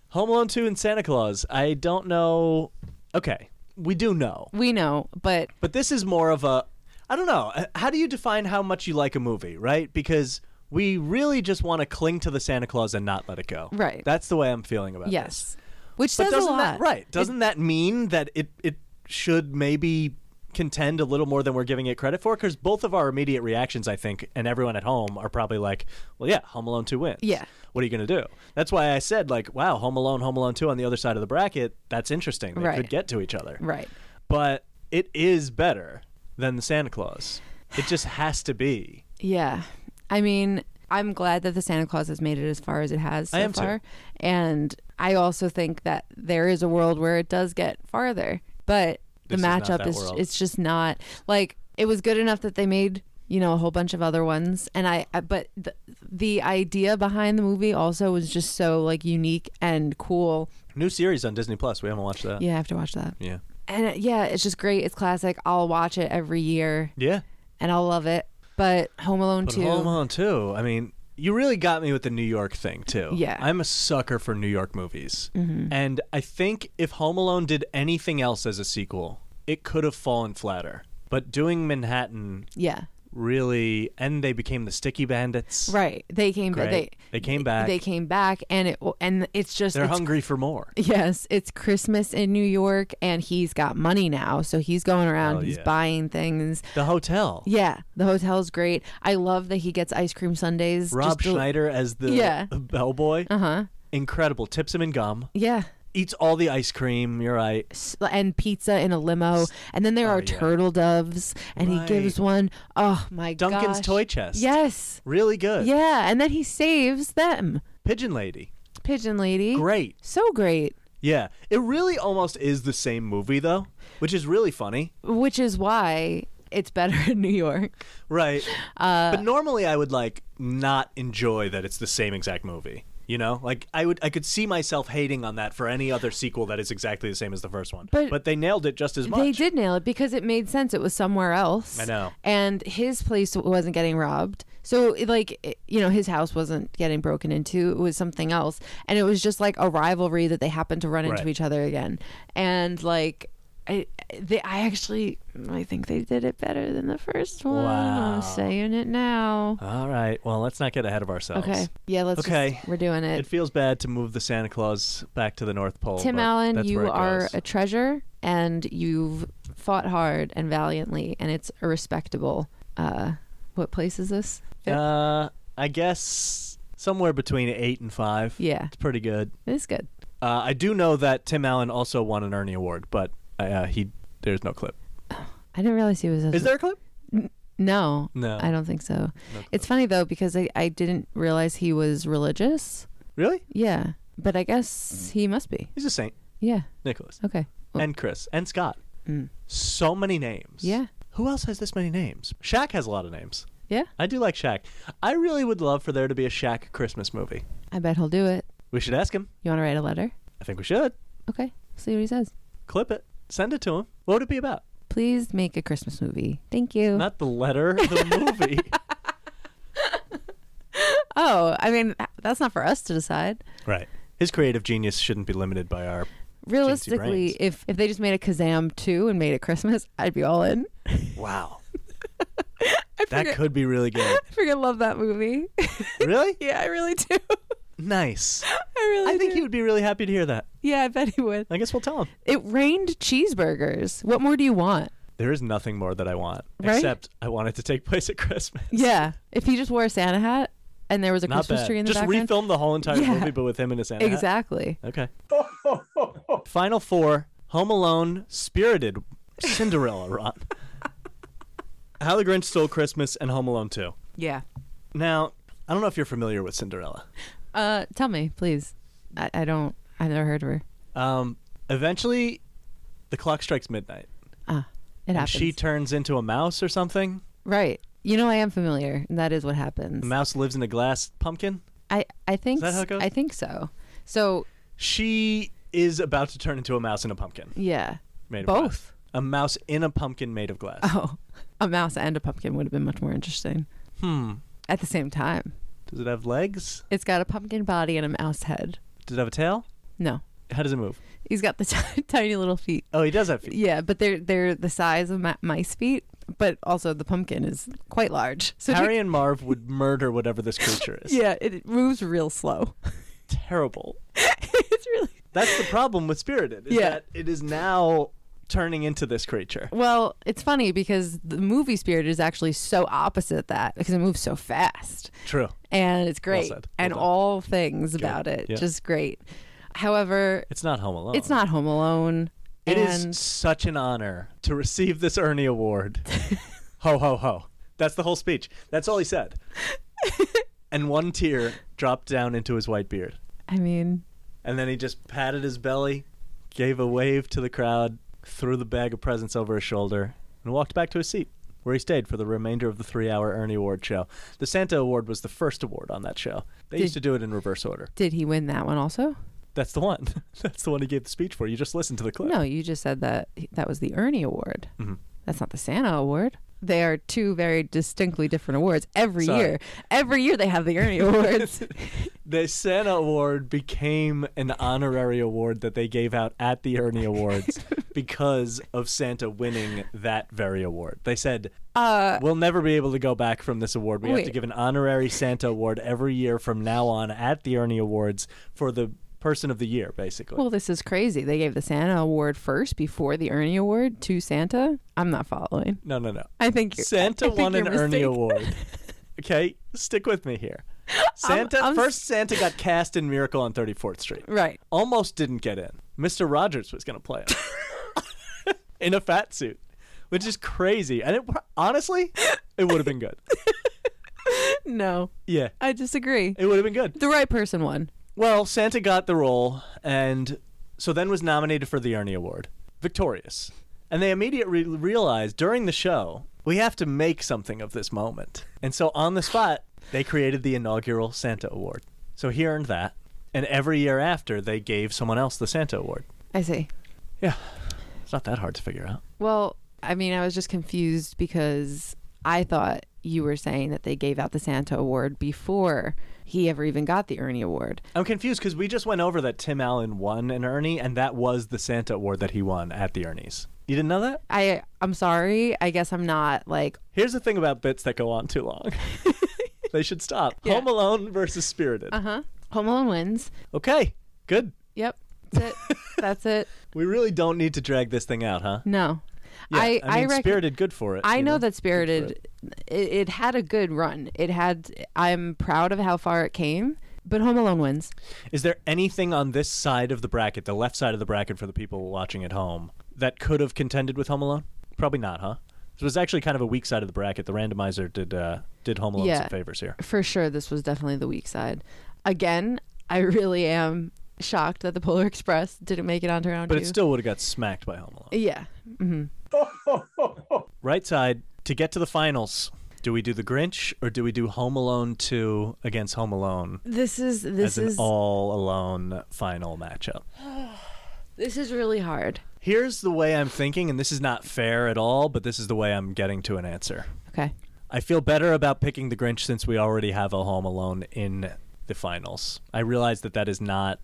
[SPEAKER 1] Home Alone 2 and Santa Claus. I don't know. Okay, we do know.
[SPEAKER 2] we know, but
[SPEAKER 1] But this is more of a I don't know. uh, How do you define how much you like a movie, right? Because we really just want to cling to the Santa Claus and not let it go.
[SPEAKER 2] Right.
[SPEAKER 1] That's the way I'm feeling about this.
[SPEAKER 2] yes, which
[SPEAKER 1] But
[SPEAKER 2] says a
[SPEAKER 1] doesn't
[SPEAKER 2] lot.
[SPEAKER 1] that right? Doesn't that mean that it it should maybe contend a little more than we're giving it credit for? Because both of our immediate reactions, I think, and everyone at home are probably like, "Well, yeah, Home Alone two wins."
[SPEAKER 2] Yeah.
[SPEAKER 1] What are you going to do? That's why I said like, "Wow, Home Alone, Home Alone two on the other side of the bracket. That's interesting. They
[SPEAKER 2] Right.
[SPEAKER 1] could get to each other."
[SPEAKER 2] Right.
[SPEAKER 1] But it is better than the Santa Claus. It just has to be.
[SPEAKER 2] Yeah. I mean, I'm glad that the Santa Claus has made it as far as it has so
[SPEAKER 1] I am too.
[SPEAKER 2] far. And I also think that there is a world where it does get farther. But the
[SPEAKER 1] This is not
[SPEAKER 2] matchup
[SPEAKER 1] that
[SPEAKER 2] is,
[SPEAKER 1] world.
[SPEAKER 2] it's just not like it was good enough that they made, you know, a whole bunch of other ones and I I- but the, the idea behind the movie also was just so like unique and cool.
[SPEAKER 1] New series on Disney Plus. We haven't watched that.
[SPEAKER 2] Yeah, I have to watch that.
[SPEAKER 1] Yeah.
[SPEAKER 2] And uh, yeah, it's just great. It's classic. I'll watch it every year
[SPEAKER 1] Yeah.
[SPEAKER 2] and I'll love it. But Home Alone
[SPEAKER 1] But
[SPEAKER 2] 2
[SPEAKER 1] Home Alone too. I mean, you really got me with the New York thing too.
[SPEAKER 2] Yeah. Mm-hmm.
[SPEAKER 1] I'm a sucker for New York movies, and I think if Home Alone did anything else as a sequel, it could have fallen flatter. But doing Manhattan
[SPEAKER 2] yeah.
[SPEAKER 1] really and they became the Sticky Bandits.
[SPEAKER 2] Right. They came
[SPEAKER 1] Great.
[SPEAKER 2] back.
[SPEAKER 1] They,
[SPEAKER 2] They,
[SPEAKER 1] came back.
[SPEAKER 2] they came back and it and it's just
[SPEAKER 1] They're
[SPEAKER 2] it's-
[SPEAKER 1] hungry for more.
[SPEAKER 2] Yes, it's Christmas in New York and he's got money now, so he's going around,
[SPEAKER 1] Hell
[SPEAKER 2] he's
[SPEAKER 1] yeah.
[SPEAKER 2] buying things.
[SPEAKER 1] The hotel.
[SPEAKER 2] Yeah, the hotel's great. I love that he gets ice cream sundaes.
[SPEAKER 1] Rob
[SPEAKER 2] just del-
[SPEAKER 1] Schneider as the
[SPEAKER 2] Yeah.
[SPEAKER 1] bellboy.
[SPEAKER 2] Uh-huh.
[SPEAKER 1] Incredible. Tips him in gum.
[SPEAKER 2] Yeah.
[SPEAKER 1] Eats all the ice cream. You're right.
[SPEAKER 2] s- and pizza in a limo. And then there are
[SPEAKER 1] oh, yeah.
[SPEAKER 2] turtle doves, and
[SPEAKER 1] Right.
[SPEAKER 2] he gives one. Oh my god.
[SPEAKER 1] Duncan's toy chest.
[SPEAKER 2] Yes.
[SPEAKER 1] Really good.
[SPEAKER 2] Yeah, and then he saves them.
[SPEAKER 1] Pigeon Lady.
[SPEAKER 2] Pigeon lady.
[SPEAKER 1] Great.
[SPEAKER 2] So great.
[SPEAKER 1] Yeah. It really almost is the same movie though, which is really funny.
[SPEAKER 2] Which is why it's better in New York.
[SPEAKER 1] Right.
[SPEAKER 2] Uh,
[SPEAKER 1] but normally I would like not enjoy that it's the same exact movie. You know, like I would, I could see myself hating on that for any other sequel that is exactly the same as the first one.
[SPEAKER 2] But-
[SPEAKER 1] they nailed it just as much.
[SPEAKER 2] They did nail it because it made sense. It was somewhere else.
[SPEAKER 1] I know.
[SPEAKER 2] And his place wasn't getting robbed. So, it, like, it- you know, his house wasn't getting broken into. It was something else. And it was just like a rivalry that they happened to run
[SPEAKER 1] Right.
[SPEAKER 2] into each other again. And, like, I, they, I actually, I think they did it better than the first one.
[SPEAKER 1] Wow.
[SPEAKER 2] I'm saying it now.
[SPEAKER 1] All right. Well, let's not get ahead of ourselves.
[SPEAKER 2] Okay. Yeah, let's just-
[SPEAKER 1] Okay.
[SPEAKER 2] we're doing it.
[SPEAKER 1] It feels bad to move the Santa Claus back to the North Pole.
[SPEAKER 2] Tim
[SPEAKER 1] but
[SPEAKER 2] Allen,
[SPEAKER 1] that's where
[SPEAKER 2] you
[SPEAKER 1] it
[SPEAKER 2] are
[SPEAKER 1] goes.
[SPEAKER 2] a treasure, and you've fought hard and valiantly, and it's a respectable. Uh, what place is this?
[SPEAKER 1] uh, I guess somewhere between eight and five.
[SPEAKER 2] Yeah,
[SPEAKER 1] It's pretty good.
[SPEAKER 2] it's good.
[SPEAKER 1] Uh, I do know that Tim Allen also won an Ernie Award, but uh, he there's no clip.
[SPEAKER 2] I didn't realize he was.
[SPEAKER 1] Is there a clip?
[SPEAKER 2] No,
[SPEAKER 1] No.
[SPEAKER 2] I don't think so.
[SPEAKER 1] No
[SPEAKER 2] It's funny though because I, I didn't realize he was religious.
[SPEAKER 1] Really?
[SPEAKER 2] Yeah, but I guess he must be.
[SPEAKER 1] He's a saint,
[SPEAKER 2] Yeah.
[SPEAKER 1] Nicholas,
[SPEAKER 2] Okay. Well,
[SPEAKER 1] and Chris, and Scott.
[SPEAKER 2] Mm.
[SPEAKER 1] So many names.
[SPEAKER 2] yeah.
[SPEAKER 1] Who else has this many names? Shaq has a lot of names.
[SPEAKER 2] Yeah.
[SPEAKER 1] I do like Shaq. I really would love for there to be a Shaq Christmas movie.
[SPEAKER 2] I bet he'll do it.
[SPEAKER 1] We should ask him.
[SPEAKER 2] You want to write a letter?
[SPEAKER 1] I think we should.
[SPEAKER 2] Okay. See what he says.
[SPEAKER 1] Clip it. Send it to him. What would it be about?
[SPEAKER 2] Please make a Christmas movie. Thank you.
[SPEAKER 1] Not the letter, the movie.
[SPEAKER 2] oh, I mean that's not for us to decide.
[SPEAKER 1] right. His creative genius shouldn't be limited by our.
[SPEAKER 2] realistically,
[SPEAKER 1] brains.
[SPEAKER 2] if if they just made a Kazam two and made it Christmas, I'd be all in.
[SPEAKER 1] Wow.
[SPEAKER 2] I
[SPEAKER 1] That
[SPEAKER 2] freaking,
[SPEAKER 1] could be really good.
[SPEAKER 2] I freaking love that movie.
[SPEAKER 1] Really?
[SPEAKER 2] yeah, I really do.
[SPEAKER 1] Nice.
[SPEAKER 2] I really.
[SPEAKER 1] I think
[SPEAKER 2] do.
[SPEAKER 1] he would be really happy to hear that.
[SPEAKER 2] Yeah, I bet he would.
[SPEAKER 1] I guess we'll tell him.
[SPEAKER 2] It rained cheeseburgers. What more do you want?
[SPEAKER 1] There is nothing more that I want,
[SPEAKER 2] Right?
[SPEAKER 1] except I want it to take place at Christmas.
[SPEAKER 2] Yeah, if he just wore a Santa hat and there was a
[SPEAKER 1] Not
[SPEAKER 2] Christmas
[SPEAKER 1] bad.
[SPEAKER 2] tree in the
[SPEAKER 1] Just
[SPEAKER 2] background.
[SPEAKER 1] refilm the whole entire
[SPEAKER 2] Yeah.
[SPEAKER 1] movie, but with him in a Santa hat.
[SPEAKER 2] exactly.
[SPEAKER 1] Okay. Final four: Home Alone, Spirited, Cinderella, Ron, How the Grinch Stole Christmas, and Home Alone Two.
[SPEAKER 2] Yeah.
[SPEAKER 1] Now, I don't know if you're familiar with Cinderella.
[SPEAKER 2] Uh, tell me, please. I, I don't. I've never heard of her.
[SPEAKER 1] Um, eventually, the clock strikes midnight,
[SPEAKER 2] Ah, it
[SPEAKER 1] and
[SPEAKER 2] happens.
[SPEAKER 1] she turns into a mouse or something.
[SPEAKER 2] right. You know, I am familiar, and that is what
[SPEAKER 1] The
[SPEAKER 2] happens.
[SPEAKER 1] mouse lives in a glass pumpkin.
[SPEAKER 2] I I think
[SPEAKER 1] that how it
[SPEAKER 2] s-
[SPEAKER 1] goes?
[SPEAKER 2] I think so. So
[SPEAKER 1] She is about to turn into a mouse in a pumpkin
[SPEAKER 2] yeah.
[SPEAKER 1] made of glass.
[SPEAKER 2] Both.
[SPEAKER 1] A mouse in a pumpkin made of glass.
[SPEAKER 2] Oh, a mouse and a pumpkin would have been much more interesting
[SPEAKER 1] Hmm.
[SPEAKER 2] at the same time.
[SPEAKER 1] Does it have legs?
[SPEAKER 2] It's got a pumpkin body and a mouse head.
[SPEAKER 1] Does it have a tail?
[SPEAKER 2] No,
[SPEAKER 1] How does it move?
[SPEAKER 2] he's got the t- tiny little feet.
[SPEAKER 1] Oh, he does have feet.
[SPEAKER 2] Yeah, but they're they're the size of ma- mice feet, but also the pumpkin is quite large. So if you-
[SPEAKER 1] Harry and Marv would murder whatever this creature is.
[SPEAKER 2] yeah, it moves real slow.
[SPEAKER 1] Terrible.
[SPEAKER 2] it's really
[SPEAKER 1] That's the problem with Spirited. Is
[SPEAKER 2] Yeah.
[SPEAKER 1] That it is now turning into this creature.
[SPEAKER 2] well. It's funny because the movie Spirit is actually so opposite that because it moves so fast.
[SPEAKER 1] True.
[SPEAKER 2] and it's great
[SPEAKER 1] said. Well
[SPEAKER 2] and
[SPEAKER 1] done.
[SPEAKER 2] all things about it
[SPEAKER 1] Yeah.
[SPEAKER 2] just great however
[SPEAKER 1] It's not Home Alone.
[SPEAKER 2] it's not home alone
[SPEAKER 1] It is
[SPEAKER 2] and
[SPEAKER 1] such an honor to receive this Ernie Award. ho ho ho. That's the whole speech. That's all he said. and one tear dropped down into his white beard.
[SPEAKER 2] i mean
[SPEAKER 1] And then he just patted his belly, gave a wave to the crowd, threw the bag of presents over his shoulder, and walked back to his seat, where he stayed for the remainder of the three hour Ernie Award show. The Santa Award was the first award on that show. They used to do it in reverse order.
[SPEAKER 2] did he win that one also
[SPEAKER 1] That's the one. That's the one he gave the speech for. You just listened to the clip.
[SPEAKER 2] no you just said that he- that was the ernie award
[SPEAKER 1] Mhm.
[SPEAKER 2] that's not the santa award they are two very distinctly different awards every
[SPEAKER 1] Sorry.
[SPEAKER 2] year. Every year they have the Ernie Awards.
[SPEAKER 1] The Santa Award became an honorary award that they gave out at the Ernie Awards because of Santa winning that very award. They said,
[SPEAKER 2] Uh,
[SPEAKER 1] We'll never be able to go back from this award. We have to
[SPEAKER 2] Wait.
[SPEAKER 1] give an honorary Santa Award every year from now on at the Ernie Awards for the person of the year, basically.
[SPEAKER 2] well, this is crazy. They gave the Santa Award first before the Ernie Award to Santa. I'm not following.
[SPEAKER 1] no, no, no.
[SPEAKER 2] I think you're, I
[SPEAKER 1] Santa
[SPEAKER 2] think
[SPEAKER 1] won an
[SPEAKER 2] you're
[SPEAKER 1] Ernie
[SPEAKER 2] mistaken.
[SPEAKER 1] Award. Okay, stick with me here. Santa
[SPEAKER 2] I'm s-
[SPEAKER 1] first Santa got cast in Miracle on 34th Street.
[SPEAKER 2] Right.
[SPEAKER 1] Almost didn't get in. Mr. Rogers was going to play him in a fat suit, which is crazy. And it pro- honestly, it would have been good.
[SPEAKER 2] No,
[SPEAKER 1] Yeah,
[SPEAKER 2] I disagree.
[SPEAKER 1] it would have been good.
[SPEAKER 2] The right person won.
[SPEAKER 1] Well, Santa got the role, and so then was nominated for the Ernie Award, victorious. And they immediately re- realized during the show, we have to make something of this moment. And so on the spot, they created the inaugural Santa Award. So he earned that. And every year after, they gave someone else the Santa Award.
[SPEAKER 2] I see.
[SPEAKER 1] Yeah. It's not that hard to figure out.
[SPEAKER 2] Well, I mean, I was just confused because I thought you were saying that they gave out the Santa Award before he ever even got the Ernie Award.
[SPEAKER 1] I'm confused because we just went over that Tim Allen won an Ernie, and that was the Santa Award that he won at the Ernie's. You didn't know that?
[SPEAKER 2] I I'm sorry. I guess I'm not like
[SPEAKER 1] Here's the thing about bits that go on too long. they should stop.
[SPEAKER 2] Yeah.
[SPEAKER 1] Home Alone versus Spirited.
[SPEAKER 2] huh. Home Alone wins.
[SPEAKER 1] Okay, good.
[SPEAKER 2] Yep. That's it. That's it.
[SPEAKER 1] We really don't need to drag this thing out, huh?
[SPEAKER 2] No.
[SPEAKER 1] Yeah,
[SPEAKER 2] I
[SPEAKER 1] I mean,
[SPEAKER 2] reckon-
[SPEAKER 1] Spirited, good for it.
[SPEAKER 2] I
[SPEAKER 1] you
[SPEAKER 2] know that Spirited it, it had a good run. It had I'm proud of how far it came, but Home Alone wins.
[SPEAKER 1] Is there anything on this side of the bracket, the left side of the bracket for the people watching at home, that could have contended with Home Alone? Probably not, huh? It was actually kind of a weak side of the bracket. The randomizer did uh, did Home Alone some
[SPEAKER 2] Yeah.
[SPEAKER 1] favors here.
[SPEAKER 2] For sure this was definitely the weak side. Again, I really am shocked that the Polar Express didn't make it onto round
[SPEAKER 1] But
[SPEAKER 2] two.
[SPEAKER 1] it still would have got smacked by Home Alone.
[SPEAKER 2] yeah. hmm
[SPEAKER 1] Right side, to get to the finals, do we do The Grinch or do we do Home Alone 2 against Home Alone
[SPEAKER 2] This is
[SPEAKER 1] as
[SPEAKER 2] this
[SPEAKER 1] an
[SPEAKER 2] is
[SPEAKER 1] all alone final matchup?
[SPEAKER 2] this is really hard.
[SPEAKER 1] Here's the way I'm thinking, and this is not fair at all, but this is the way I'm getting to an answer.
[SPEAKER 2] Okay.
[SPEAKER 1] I feel better about picking The Grinch since we already have a Home Alone in the finals. I realize that that is not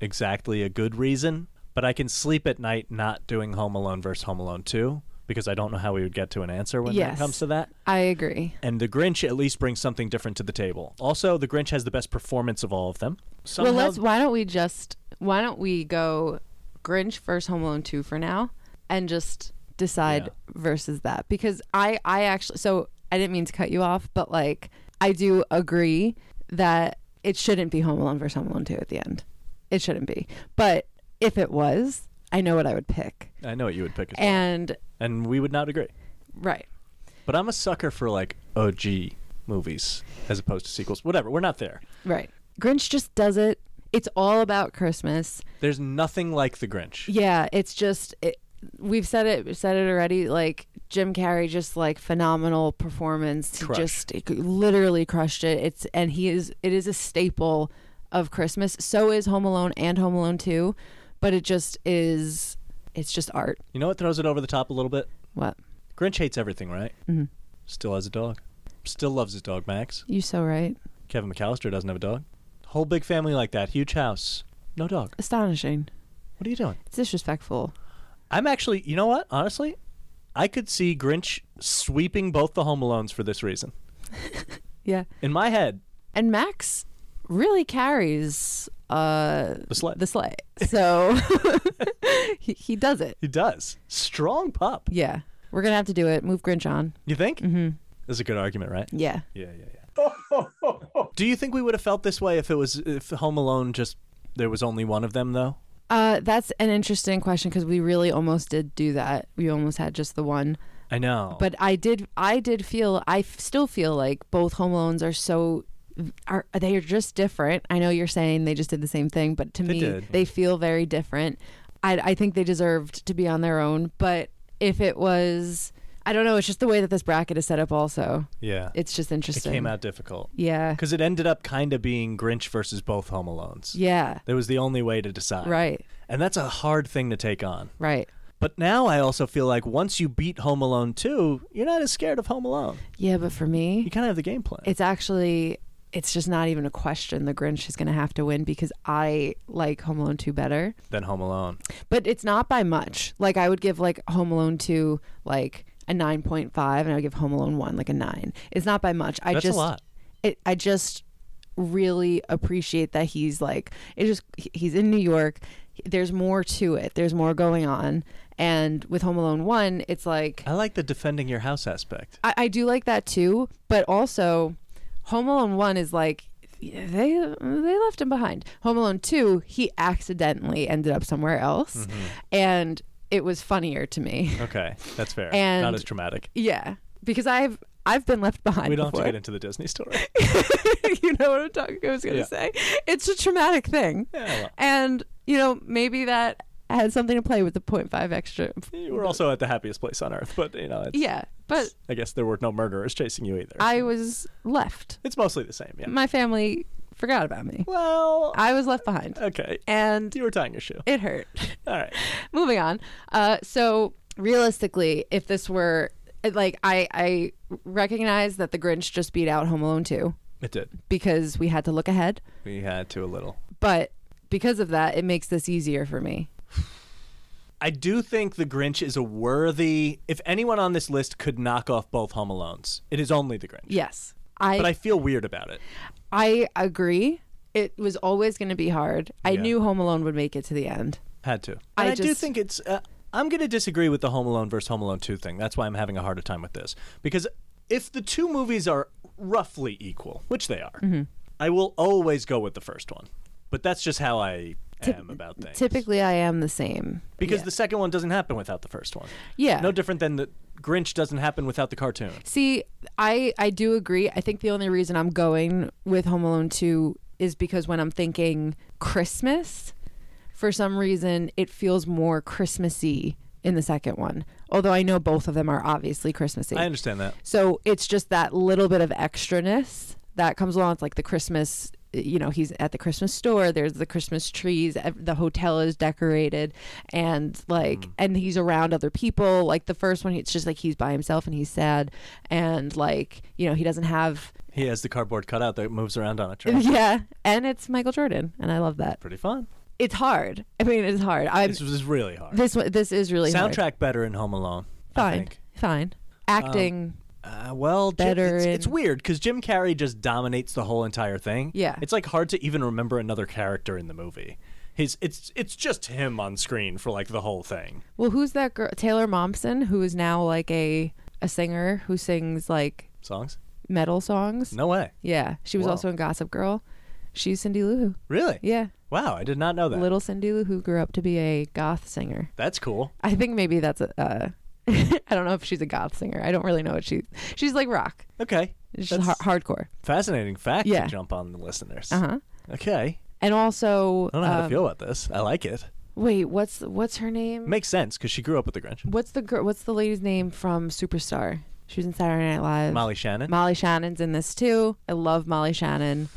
[SPEAKER 1] exactly a good reason, but I can sleep at night not doing Home Alone versus Home Alone 2 because I don't know how we would get to an answer when
[SPEAKER 2] Yes.
[SPEAKER 1] it comes to that.
[SPEAKER 2] I agree.
[SPEAKER 1] and the Grinch at least brings something different to the table. Also, the Grinch has the best performance of all of them. Somehow,
[SPEAKER 2] well, let's. Why don't we just? Why don't we go Grinch versus Home Alone two for now, and just decide versus that because I I actually so I didn't mean to cut you off, but like I do agree that it shouldn't be Home Alone versus Home Alone two at the end. It shouldn't be. But if it was, I know what I would pick.
[SPEAKER 1] I know what you would pick, as well. and,
[SPEAKER 2] And
[SPEAKER 1] we would not agree.
[SPEAKER 2] right,
[SPEAKER 1] But I'm a sucker for like OG movies as opposed to sequels. Whatever, we're not there.
[SPEAKER 2] right. Grinch just does it. It's all about Christmas.
[SPEAKER 1] There's nothing like the Grinch.
[SPEAKER 2] Yeah, it's just it, we've said it we've said it already. Like Jim Carrey, just like phenomenal performance. He
[SPEAKER 1] Crushed.
[SPEAKER 2] just he literally crushed it. It's and he is it is a staple of Christmas. So is Home Alone and Home Alone Two, but it just is. It's just art.
[SPEAKER 1] You know what throws it over the top a little bit?
[SPEAKER 2] What
[SPEAKER 1] Grinch hates everything, right? Mm-hmm. Still has a dog. Still loves his dog, Max.
[SPEAKER 2] you so right?
[SPEAKER 1] Kevin McAllister doesn't have a dog. Whole big family like that, huge house, no dog.
[SPEAKER 2] Astonishing.
[SPEAKER 1] What are you doing?
[SPEAKER 2] It's disrespectful.
[SPEAKER 1] I'm actually, you know what? Honestly, I could see Grinch sweeping both the Home Alones for this reason.
[SPEAKER 2] Yeah,
[SPEAKER 1] In my head,
[SPEAKER 2] and Max really carries uh
[SPEAKER 1] the sled.
[SPEAKER 2] the sleigh. So he, he does it.
[SPEAKER 1] he does. Strong pup.
[SPEAKER 2] Yeah. We're gonna have to do it. Move Grinch on.
[SPEAKER 1] You think? Mm-hmm. That's a good argument, right?
[SPEAKER 2] Yeah.
[SPEAKER 1] Yeah, yeah, yeah. Do you think we would have felt this way if it was if Home Alone just there was only one of them though?
[SPEAKER 2] Uh, that's an interesting question because we really almost did do that. We almost had just the one,
[SPEAKER 1] I know.
[SPEAKER 2] but I did. I did feel. I f- still feel like both Home Loans are so. Are they are just different? I know you're saying they just did the same thing, but to me,
[SPEAKER 1] did.
[SPEAKER 2] they feel very different. I, I think they deserved to be on their own, but if it was, I don't know. It's just the way that this bracket is set up. Also,
[SPEAKER 1] yeah, it
[SPEAKER 2] it's just interesting.
[SPEAKER 1] came out difficult
[SPEAKER 2] Yeah.
[SPEAKER 1] because it ended up kind of being Grinch versus both Home Alones.
[SPEAKER 2] Yeah.
[SPEAKER 1] That was the only way to decide.
[SPEAKER 2] Right.
[SPEAKER 1] And that's a hard thing to take on.
[SPEAKER 2] Right.
[SPEAKER 1] But now I also feel like once you beat Home Alone 2, you're not as scared of Home Alone.
[SPEAKER 2] Yeah, but for me,
[SPEAKER 1] You kind of have the game plan.
[SPEAKER 2] it's actually it's just not even a question. The Grinch is going to have to win because I like Home Alone 2 better.
[SPEAKER 1] Then Home Alone.
[SPEAKER 2] But it's not by much. Like I would give like Home Alone 2 like a 9.5 and I would give Home Alone 1 like a 9. It's not by much. I
[SPEAKER 1] That's
[SPEAKER 2] just
[SPEAKER 1] a lot.
[SPEAKER 2] It, I just really appreciate that he's like it's just he- he's in New York. There's more to it. There's more going on. And with Home Alone 1, it's like
[SPEAKER 1] I like the defending your house aspect.
[SPEAKER 2] I, I do like that too, but also Home Alone one is like they they left him behind. Home Alone two, he accidentally ended up somewhere else,
[SPEAKER 1] Mm-hmm.
[SPEAKER 2] and it was funnier to me.
[SPEAKER 1] Okay, that's fair.
[SPEAKER 2] And-
[SPEAKER 1] not as traumatic.
[SPEAKER 2] yeah, because I've I've been left behind.
[SPEAKER 1] We don't
[SPEAKER 2] before.
[SPEAKER 1] have to get into the Disney story.
[SPEAKER 2] you know what I'm talking. I was gonna
[SPEAKER 1] Yeah.
[SPEAKER 2] say it's a traumatic thing,
[SPEAKER 1] Yeah, well.
[SPEAKER 2] and you know maybe that has something to play with the 0.5 extra.
[SPEAKER 1] We're also at the happiest place on earth, but you know, it's,
[SPEAKER 2] Yeah, but
[SPEAKER 1] I guess there were no murderers chasing you either.
[SPEAKER 2] I was left.
[SPEAKER 1] it's mostly the same, yeah.
[SPEAKER 2] My family forgot about me.
[SPEAKER 1] Well,
[SPEAKER 2] I was left behind.
[SPEAKER 1] okay.
[SPEAKER 2] and
[SPEAKER 1] You were tying your shoe.
[SPEAKER 2] it hurt.
[SPEAKER 1] All right.
[SPEAKER 2] Moving on. Uh, so realistically, if this were like I, I recognize that the Grinch just beat out Home Alone two
[SPEAKER 1] It did.
[SPEAKER 2] because we had to look ahead,
[SPEAKER 1] We had to a little.
[SPEAKER 2] but because of that, it makes this easier for me.
[SPEAKER 1] I do think The Grinch is a worthy. If anyone on this list could knock off both Home Alones, it is only The Grinch.
[SPEAKER 2] Yes,
[SPEAKER 1] But I
[SPEAKER 2] I
[SPEAKER 1] feel weird about it.
[SPEAKER 2] I, agree. It was always going to be hard. I
[SPEAKER 1] Yeah.
[SPEAKER 2] knew Home Alone would make it to the end.
[SPEAKER 1] Had to. And I,
[SPEAKER 2] I
[SPEAKER 1] do
[SPEAKER 2] just-
[SPEAKER 1] think it's. Uh, I'm going to disagree with the Home Alone versus Home Alone 2 thing. That's why I'm having a harder time with this. Because if the two movies are roughly equal, which they are,
[SPEAKER 2] Mm-hmm.
[SPEAKER 1] I will always go with the first one. But that's just how I am about things.
[SPEAKER 2] Typically, I am the same
[SPEAKER 1] because
[SPEAKER 2] yeah.
[SPEAKER 1] the second one doesn't happen without the first one.
[SPEAKER 2] yeah.
[SPEAKER 1] No different than the Grinch doesn't happen without the cartoon.
[SPEAKER 2] See, I I do agree. I think the only reason I'm going with Home Alone 2 is because when I'm thinking Christmas, for some reason it feels more Christmassy in the second one. Although I know both of them are obviously Christmassy.
[SPEAKER 1] I understand that.
[SPEAKER 2] so it's just that little bit of extraness that comes along. It's like the Christmas, you know, he's at the Christmas store. There's the Christmas trees. ev- The hotel is decorated, and like,
[SPEAKER 1] Mm.
[SPEAKER 2] and he's around other people. Like the first one, it's just like he's by himself and he's sad, and like, you know, he doesn't have.
[SPEAKER 1] He has the cardboard cutout that moves around on a train.
[SPEAKER 2] Yeah, and it's Michael Jordan, and I love that.
[SPEAKER 1] Pretty fun.
[SPEAKER 2] It's hard. I mean, it's hard. I
[SPEAKER 1] This was really hard.
[SPEAKER 2] this one- this is really hard.
[SPEAKER 1] Soundtrack better in Home Alone. I
[SPEAKER 2] Fine,
[SPEAKER 1] think. Um,
[SPEAKER 2] fine. Acting.
[SPEAKER 1] Uh, well, Jim-
[SPEAKER 2] Better
[SPEAKER 1] it's, it's
[SPEAKER 2] in-
[SPEAKER 1] weird because Jim Carrey just dominates the whole entire thing.
[SPEAKER 2] Yeah.
[SPEAKER 1] it's like hard to even remember another character in the movie. He's it's it's just him on screen for like the whole thing.
[SPEAKER 2] Well, who's that girl? Taylor Momsen, who is now like a a singer who sings like
[SPEAKER 1] Songs?
[SPEAKER 2] metal songs.
[SPEAKER 1] No way.
[SPEAKER 2] Yeah, she was
[SPEAKER 1] Whoa.
[SPEAKER 2] also in Gossip Girl. She's Cindy Lou Who.
[SPEAKER 1] Really?
[SPEAKER 2] Yeah,
[SPEAKER 1] Wow, I did not know that.
[SPEAKER 2] little Cindy Lou Who grew up to be a goth singer.
[SPEAKER 1] That's cool.
[SPEAKER 2] I think maybe that's a. Uh, I don't know if she's a goth singer. I don't really know what she. She's like rock.
[SPEAKER 1] Okay,
[SPEAKER 2] She's
[SPEAKER 1] That's
[SPEAKER 2] har- hardcore.
[SPEAKER 1] fascinating fact
[SPEAKER 2] Yeah.
[SPEAKER 1] to jump on the listeners.
[SPEAKER 2] Uh huh.
[SPEAKER 1] Okay,
[SPEAKER 2] And also,
[SPEAKER 1] I don't know how to
[SPEAKER 2] um,
[SPEAKER 1] feel about this. I like it.
[SPEAKER 2] wait, what's what's her name?
[SPEAKER 1] Makes sense because she grew up with the Grinch.
[SPEAKER 2] What's the girl? What's the lady's name from Superstar? She was in Saturday Night Live.
[SPEAKER 1] Molly Shannon.
[SPEAKER 2] Molly Shannon's in this too. I love Molly Shannon.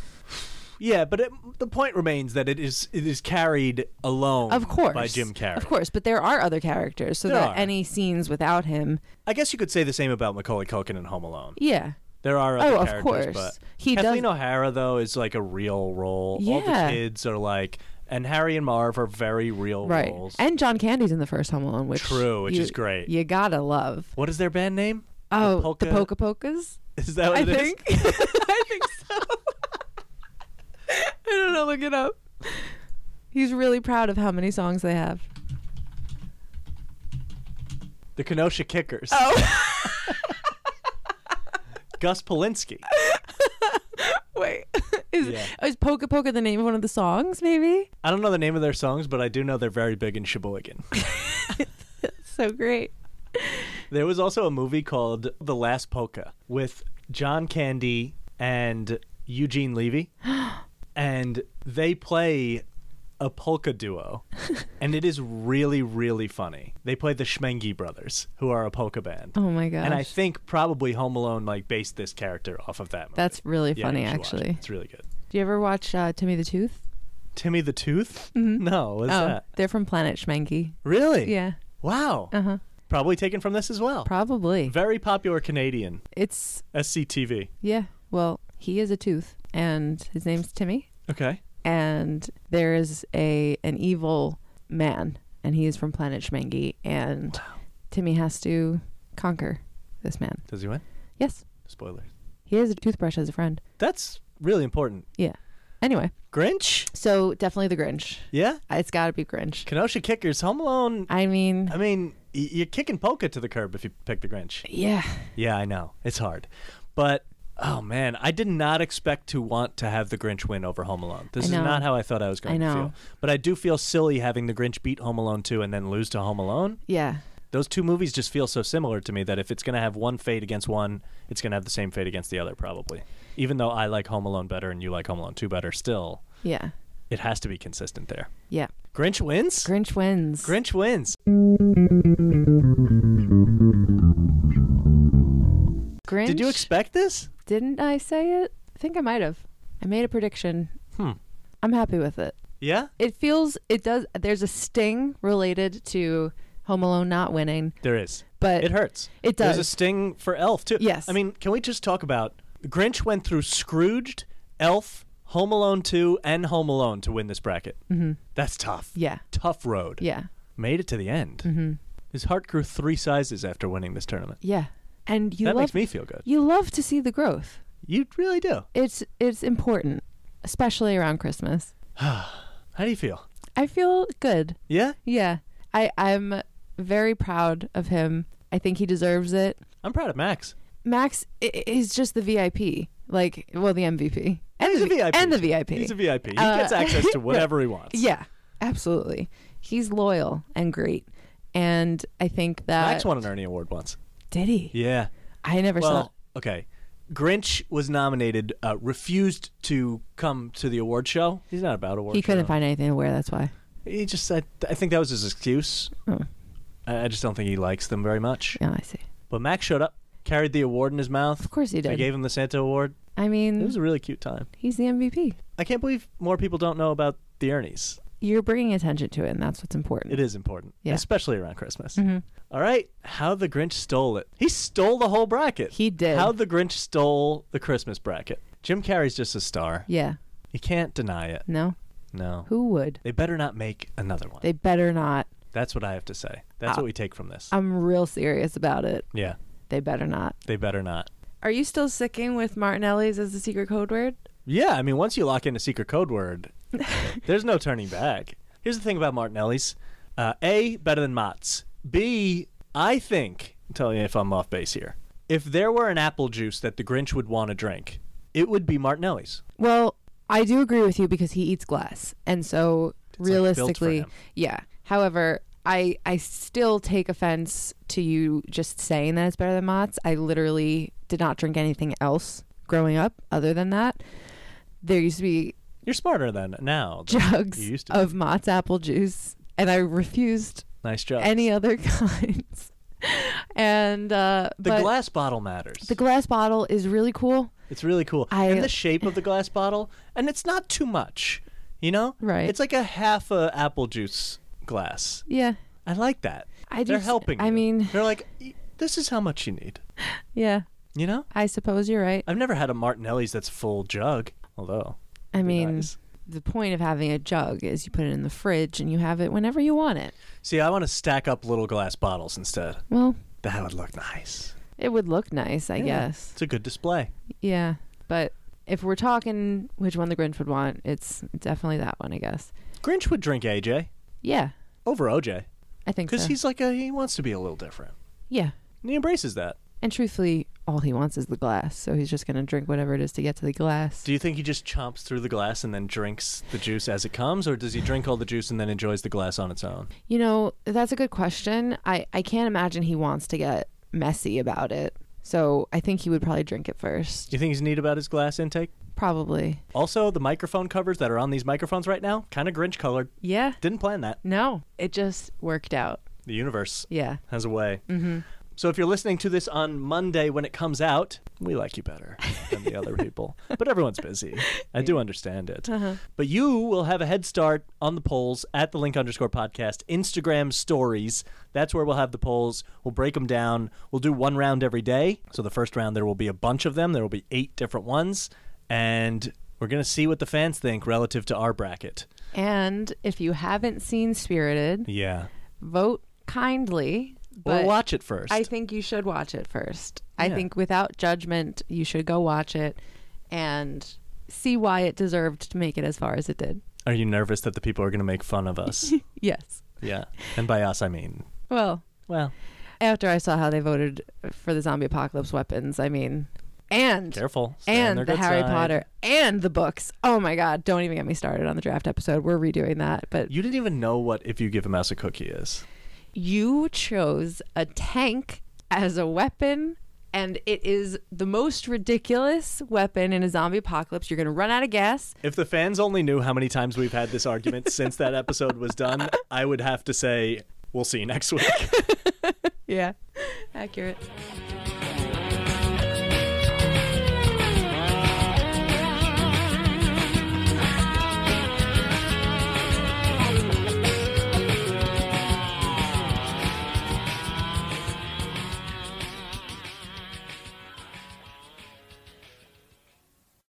[SPEAKER 1] Yeah, but it, the point remains that it is it is carried alone,
[SPEAKER 2] Of course.
[SPEAKER 1] by Jim Carrey.
[SPEAKER 2] Of course, but there are other characters, so
[SPEAKER 1] There
[SPEAKER 2] that
[SPEAKER 1] are.
[SPEAKER 2] any scenes without him,
[SPEAKER 1] I guess you could say the same about Macaulay Culkin in Home Alone.
[SPEAKER 2] yeah.
[SPEAKER 1] There are other
[SPEAKER 2] Oh, of
[SPEAKER 1] characters,
[SPEAKER 2] course.
[SPEAKER 1] but
[SPEAKER 2] He
[SPEAKER 1] Kathleen
[SPEAKER 2] does-
[SPEAKER 1] O'Hara though is like a real role. All the
[SPEAKER 2] Yeah.
[SPEAKER 1] kids are like, and Harry and Marv are very real
[SPEAKER 2] Right.
[SPEAKER 1] roles.
[SPEAKER 2] And John Candy's in the first Home Alone, which
[SPEAKER 1] True, which
[SPEAKER 2] you-
[SPEAKER 1] is great.
[SPEAKER 2] You gotta love.
[SPEAKER 1] what is their band name?
[SPEAKER 2] Oh,
[SPEAKER 1] the polka,
[SPEAKER 2] the Polka Polkas?
[SPEAKER 1] Is that what
[SPEAKER 2] I
[SPEAKER 1] it is?
[SPEAKER 2] think. I think so. I don't know, look it up. He's really proud of how many songs they have.
[SPEAKER 1] The Kenosha Kickers.
[SPEAKER 2] Oh,
[SPEAKER 1] Gus Polinski.
[SPEAKER 2] wait. Is,
[SPEAKER 1] Yeah.
[SPEAKER 2] is Polka Polka the name of one of the songs, maybe?
[SPEAKER 1] I don't know the name of their songs, but I do know they're very big in Sheboygan.
[SPEAKER 2] So great.
[SPEAKER 1] There was also a movie called The Last Polka with John Candy and Eugene Levy. and they play a polka duo. and it is really, really funny. They play the Schmengi brothers, who are a polka band.
[SPEAKER 2] Oh my gosh.
[SPEAKER 1] and I think probably Home Alone like based this character off of that movie.
[SPEAKER 2] That's really
[SPEAKER 1] Yeah, you
[SPEAKER 2] funny,
[SPEAKER 1] should watch it.
[SPEAKER 2] actually.
[SPEAKER 1] It's really good.
[SPEAKER 2] Do you ever watch uh, Timmy the Tooth?
[SPEAKER 1] Timmy the Tooth? No, what's
[SPEAKER 2] oh,
[SPEAKER 1] that?
[SPEAKER 2] they're from Planet Schmenki.
[SPEAKER 1] Really?
[SPEAKER 2] Yeah.
[SPEAKER 1] Wow.
[SPEAKER 2] Uh huh.
[SPEAKER 1] Probably taken from this as well.
[SPEAKER 2] Probably.
[SPEAKER 1] Very popular Canadian
[SPEAKER 2] It's
[SPEAKER 1] SCTV.
[SPEAKER 2] yeah. Well, he is a tooth, and his name's Timmy,
[SPEAKER 1] Okay.
[SPEAKER 2] and there is a an evil man, and he is from planet Shmengi, and Timmy has to conquer this man.
[SPEAKER 1] Does he win?
[SPEAKER 2] Yes,
[SPEAKER 1] Spoiler.
[SPEAKER 2] he has a toothbrush as a friend.
[SPEAKER 1] That's really important.
[SPEAKER 2] Yeah. Anyway,
[SPEAKER 1] Grinch?
[SPEAKER 2] so definitely the Grinch.
[SPEAKER 1] Yeah.
[SPEAKER 2] It's got to be Grinch.
[SPEAKER 1] Kenosha Kickers, Home Alone.
[SPEAKER 2] I mean,
[SPEAKER 1] I mean, y- you're kicking Polka to the curb if you pick the Grinch.
[SPEAKER 2] yeah.
[SPEAKER 1] Yeah, I know. It's hard. But oh man, I did not expect to want to have the Grinch win over Home Alone. This
[SPEAKER 2] I
[SPEAKER 1] is
[SPEAKER 2] know.
[SPEAKER 1] not how I thought I was going
[SPEAKER 2] I
[SPEAKER 1] to
[SPEAKER 2] know.
[SPEAKER 1] feel. But I do feel silly having the Grinch beat Home Alone 2 and then lose to Home Alone.
[SPEAKER 2] Yeah.
[SPEAKER 1] Those two movies just feel so similar to me that if it's going to have one fate against one, it's going to have the same fate against the other probably. Even though I like Home Alone better and you like Home Alone 2 better, still
[SPEAKER 2] Yeah.
[SPEAKER 1] it has to be consistent there.
[SPEAKER 2] Yeah.
[SPEAKER 1] Grinch wins?
[SPEAKER 2] Grinch wins.
[SPEAKER 1] Grinch wins.
[SPEAKER 2] Grinch.
[SPEAKER 1] Did you expect this?
[SPEAKER 2] Didn't I say it? I think I might have. I made a prediction.
[SPEAKER 1] Hmm.
[SPEAKER 2] I'm happy with it.
[SPEAKER 1] Yeah?
[SPEAKER 2] It feels it does there's a sting related to Home Alone not winning,
[SPEAKER 1] There is.
[SPEAKER 2] but
[SPEAKER 1] It hurts.
[SPEAKER 2] It
[SPEAKER 1] There's a
[SPEAKER 2] does.
[SPEAKER 1] sting for Elf too.
[SPEAKER 2] Yes.
[SPEAKER 1] I mean, can we just talk about Grinch went through Scrooged, Elf, Home Alone 2, and Home Alone to win this bracket. Mm-hmm. That's tough.
[SPEAKER 2] Yeah.
[SPEAKER 1] Tough road.
[SPEAKER 2] Yeah. Mm.
[SPEAKER 1] Made it to the end. Mm-hmm. His heart grew three sizes after winning this tournament.
[SPEAKER 2] Yeah. And you
[SPEAKER 1] that
[SPEAKER 2] love
[SPEAKER 1] makes me feel good.
[SPEAKER 2] you love to see the growth.
[SPEAKER 1] You really do.
[SPEAKER 2] It's it's important, especially around Christmas.
[SPEAKER 1] How do you feel?
[SPEAKER 2] I feel good.
[SPEAKER 1] Yeah.
[SPEAKER 2] Yeah. I I'm very proud of him. I think he deserves it.
[SPEAKER 1] I'm proud of Max.
[SPEAKER 2] Max i- i- is just the VIP. Like, well, the MVP. And
[SPEAKER 1] He's
[SPEAKER 2] the
[SPEAKER 1] a VIP.
[SPEAKER 2] And the VIP.
[SPEAKER 1] He's a VIP. He
[SPEAKER 2] Uh,
[SPEAKER 1] gets access to whatever he wants.
[SPEAKER 2] Yeah, absolutely. He's loyal and great. And I think that.
[SPEAKER 1] Max won an Ernie Award once.
[SPEAKER 2] Did he?
[SPEAKER 1] Yeah.
[SPEAKER 2] I never
[SPEAKER 1] Well, okay. Grinch was nominated, uh, refused to come to the award show. He's not about
[SPEAKER 2] saw.
[SPEAKER 1] award.
[SPEAKER 2] He couldn't
[SPEAKER 1] show.
[SPEAKER 2] find anything to wear, that's why.
[SPEAKER 1] He just said. I think that was his excuse.
[SPEAKER 2] Oh.
[SPEAKER 1] I, I just don't think he likes them very much.
[SPEAKER 2] Yeah, I see.
[SPEAKER 1] But Max showed up, carried the award in his mouth.
[SPEAKER 2] Of course he
[SPEAKER 1] They
[SPEAKER 2] did.
[SPEAKER 1] gave him the Santa Award.
[SPEAKER 2] I
[SPEAKER 1] It
[SPEAKER 2] mean,
[SPEAKER 1] was a really cute time.
[SPEAKER 2] he's the MVP.
[SPEAKER 1] I can't believe more people don't know about the Ernie's.
[SPEAKER 2] You're bringing attention to it, and that's what's important.
[SPEAKER 1] It is important,
[SPEAKER 2] Yeah. Mm-hmm.
[SPEAKER 1] especially around Christmas. All right, how the Grinch stole it. He stole the whole bracket.
[SPEAKER 2] He did.
[SPEAKER 1] How the Grinch stole the Christmas bracket. Jim Carrey's just a star.
[SPEAKER 2] Yeah.
[SPEAKER 1] You can't deny it.
[SPEAKER 2] No?
[SPEAKER 1] No.
[SPEAKER 2] Who would?
[SPEAKER 1] They better not make another one.
[SPEAKER 2] They better not.
[SPEAKER 1] That's what I have to say. That's
[SPEAKER 2] Ah.
[SPEAKER 1] what we take from this.
[SPEAKER 2] I'm real serious about it.
[SPEAKER 1] yeah,
[SPEAKER 2] They better not.
[SPEAKER 1] they better not.
[SPEAKER 2] Are you still sticking with Martinelli's as the secret code word?
[SPEAKER 1] Yeah, I mean, once you lock in a secret code word, there's no turning back. Here's the thing about Martinelli's uh, A, better than Mott's. B, I think, tell you if I'm off base here, if there were an apple juice that the Grinch would want to drink, it would be Martinelli's.
[SPEAKER 2] Well, I do agree with you because he eats glass, and so
[SPEAKER 1] like built for
[SPEAKER 2] realistically,
[SPEAKER 1] him.
[SPEAKER 2] yeah. However, I I still take offense to you just saying that it's better than Mott's. I literally did not drink anything else growing up other than that. There used to be
[SPEAKER 1] You're smarter than now. than
[SPEAKER 2] jugs
[SPEAKER 1] You used to.
[SPEAKER 2] of Mott's apple juice, and I refused
[SPEAKER 1] nice job.
[SPEAKER 2] any other kinds. and uh,
[SPEAKER 1] the
[SPEAKER 2] but
[SPEAKER 1] glass bottle matters.
[SPEAKER 2] the glass bottle is really cool.
[SPEAKER 1] It's really cool.
[SPEAKER 2] I-
[SPEAKER 1] and the shape of the glass bottle, and it's not too much, you know?
[SPEAKER 2] Right.
[SPEAKER 1] It's like a half a apple juice glass.
[SPEAKER 2] Yeah,
[SPEAKER 1] I like that.
[SPEAKER 2] I do.
[SPEAKER 1] They're
[SPEAKER 2] s-
[SPEAKER 1] helping.
[SPEAKER 2] I
[SPEAKER 1] you.
[SPEAKER 2] mean,
[SPEAKER 1] they're like, "Y- this is how much you need.
[SPEAKER 2] yeah.
[SPEAKER 1] You know?
[SPEAKER 2] I suppose you're right.
[SPEAKER 1] I've never had a Martinelli's that's full jug, although.
[SPEAKER 2] I
[SPEAKER 1] it'd be
[SPEAKER 2] mean,
[SPEAKER 1] nice.
[SPEAKER 2] the point of having a jug is you put it in the fridge and you have it whenever you want it.
[SPEAKER 1] see, I want to stack up little glass bottles instead.
[SPEAKER 2] Well,
[SPEAKER 1] That would look nice.
[SPEAKER 2] it would look nice, I
[SPEAKER 1] Yeah.
[SPEAKER 2] guess.
[SPEAKER 1] It's a good display.
[SPEAKER 2] Yeah. But if we're talking which one the Grinch would want, it's definitely that one, I guess.
[SPEAKER 1] Grinch would drink AJ
[SPEAKER 2] Yeah,
[SPEAKER 1] over OJ
[SPEAKER 2] I think so.
[SPEAKER 1] because he's like, a, he wants to be a little different.
[SPEAKER 2] yeah.
[SPEAKER 1] And he embraces that.
[SPEAKER 2] And truthfully, all he wants is the glass, so he's just going to drink whatever it is to get to the glass.
[SPEAKER 1] Do you think he just chomps through the glass and then drinks the juice as it comes, or does he drink all the juice and then enjoys the glass on its own?
[SPEAKER 2] You know, that's a good question. I I can't imagine he wants to get messy about it. So, I think he would probably drink it first.
[SPEAKER 1] Do you think he's neat about his glass intake?
[SPEAKER 2] Probably.
[SPEAKER 1] Also, the microphone covers that are on these microphones right now, kind of Grinch colored.
[SPEAKER 2] Yeah.
[SPEAKER 1] Didn't plan that.
[SPEAKER 2] No, it just worked out.
[SPEAKER 1] The universe
[SPEAKER 2] Yeah.
[SPEAKER 1] has a way. Mm-hmm. So if you're listening to this on Monday when it comes out, we like you better than the other people. But everyone's busy. I do understand it. But you will have a head start on the polls at the link underscore podcast Instagram stories. That's where we'll have the polls. We'll break them down. We'll do one round every day. So the first round, there will be a bunch of them. There will be eight different ones. And we're going to see what the fans think relative to our bracket.
[SPEAKER 2] And if you haven't seen Spirited,
[SPEAKER 1] Yeah.
[SPEAKER 2] vote kindly.
[SPEAKER 1] Or
[SPEAKER 2] but
[SPEAKER 1] watch it first.
[SPEAKER 2] I think you should watch it first. I
[SPEAKER 1] Yeah.
[SPEAKER 2] think without judgment, you should go watch it and see why it deserved to make it as far as it did.
[SPEAKER 1] Are you nervous that the people are going to make fun of us?
[SPEAKER 2] Yes.
[SPEAKER 1] yeah. And by us, I mean,
[SPEAKER 2] Well,
[SPEAKER 1] well,
[SPEAKER 2] after I saw how they voted for the zombie apocalypse weapons, I mean, and
[SPEAKER 1] careful. Stay on
[SPEAKER 2] and
[SPEAKER 1] their
[SPEAKER 2] the
[SPEAKER 1] good
[SPEAKER 2] Harry
[SPEAKER 1] side.
[SPEAKER 2] Potter and the books. Oh my God! Don't even get me started on the draft episode. We're redoing that, but
[SPEAKER 1] You didn't even know what if you give a mouse a cookie is.
[SPEAKER 2] you chose a tank as a weapon and it is the most ridiculous weapon in a zombie apocalypse you're going to run out of gas
[SPEAKER 1] If the fans only knew how many times we've had this argument since that episode was done, I would have to say, we'll see you next week.
[SPEAKER 2] yeah accurate
[SPEAKER 3] Thank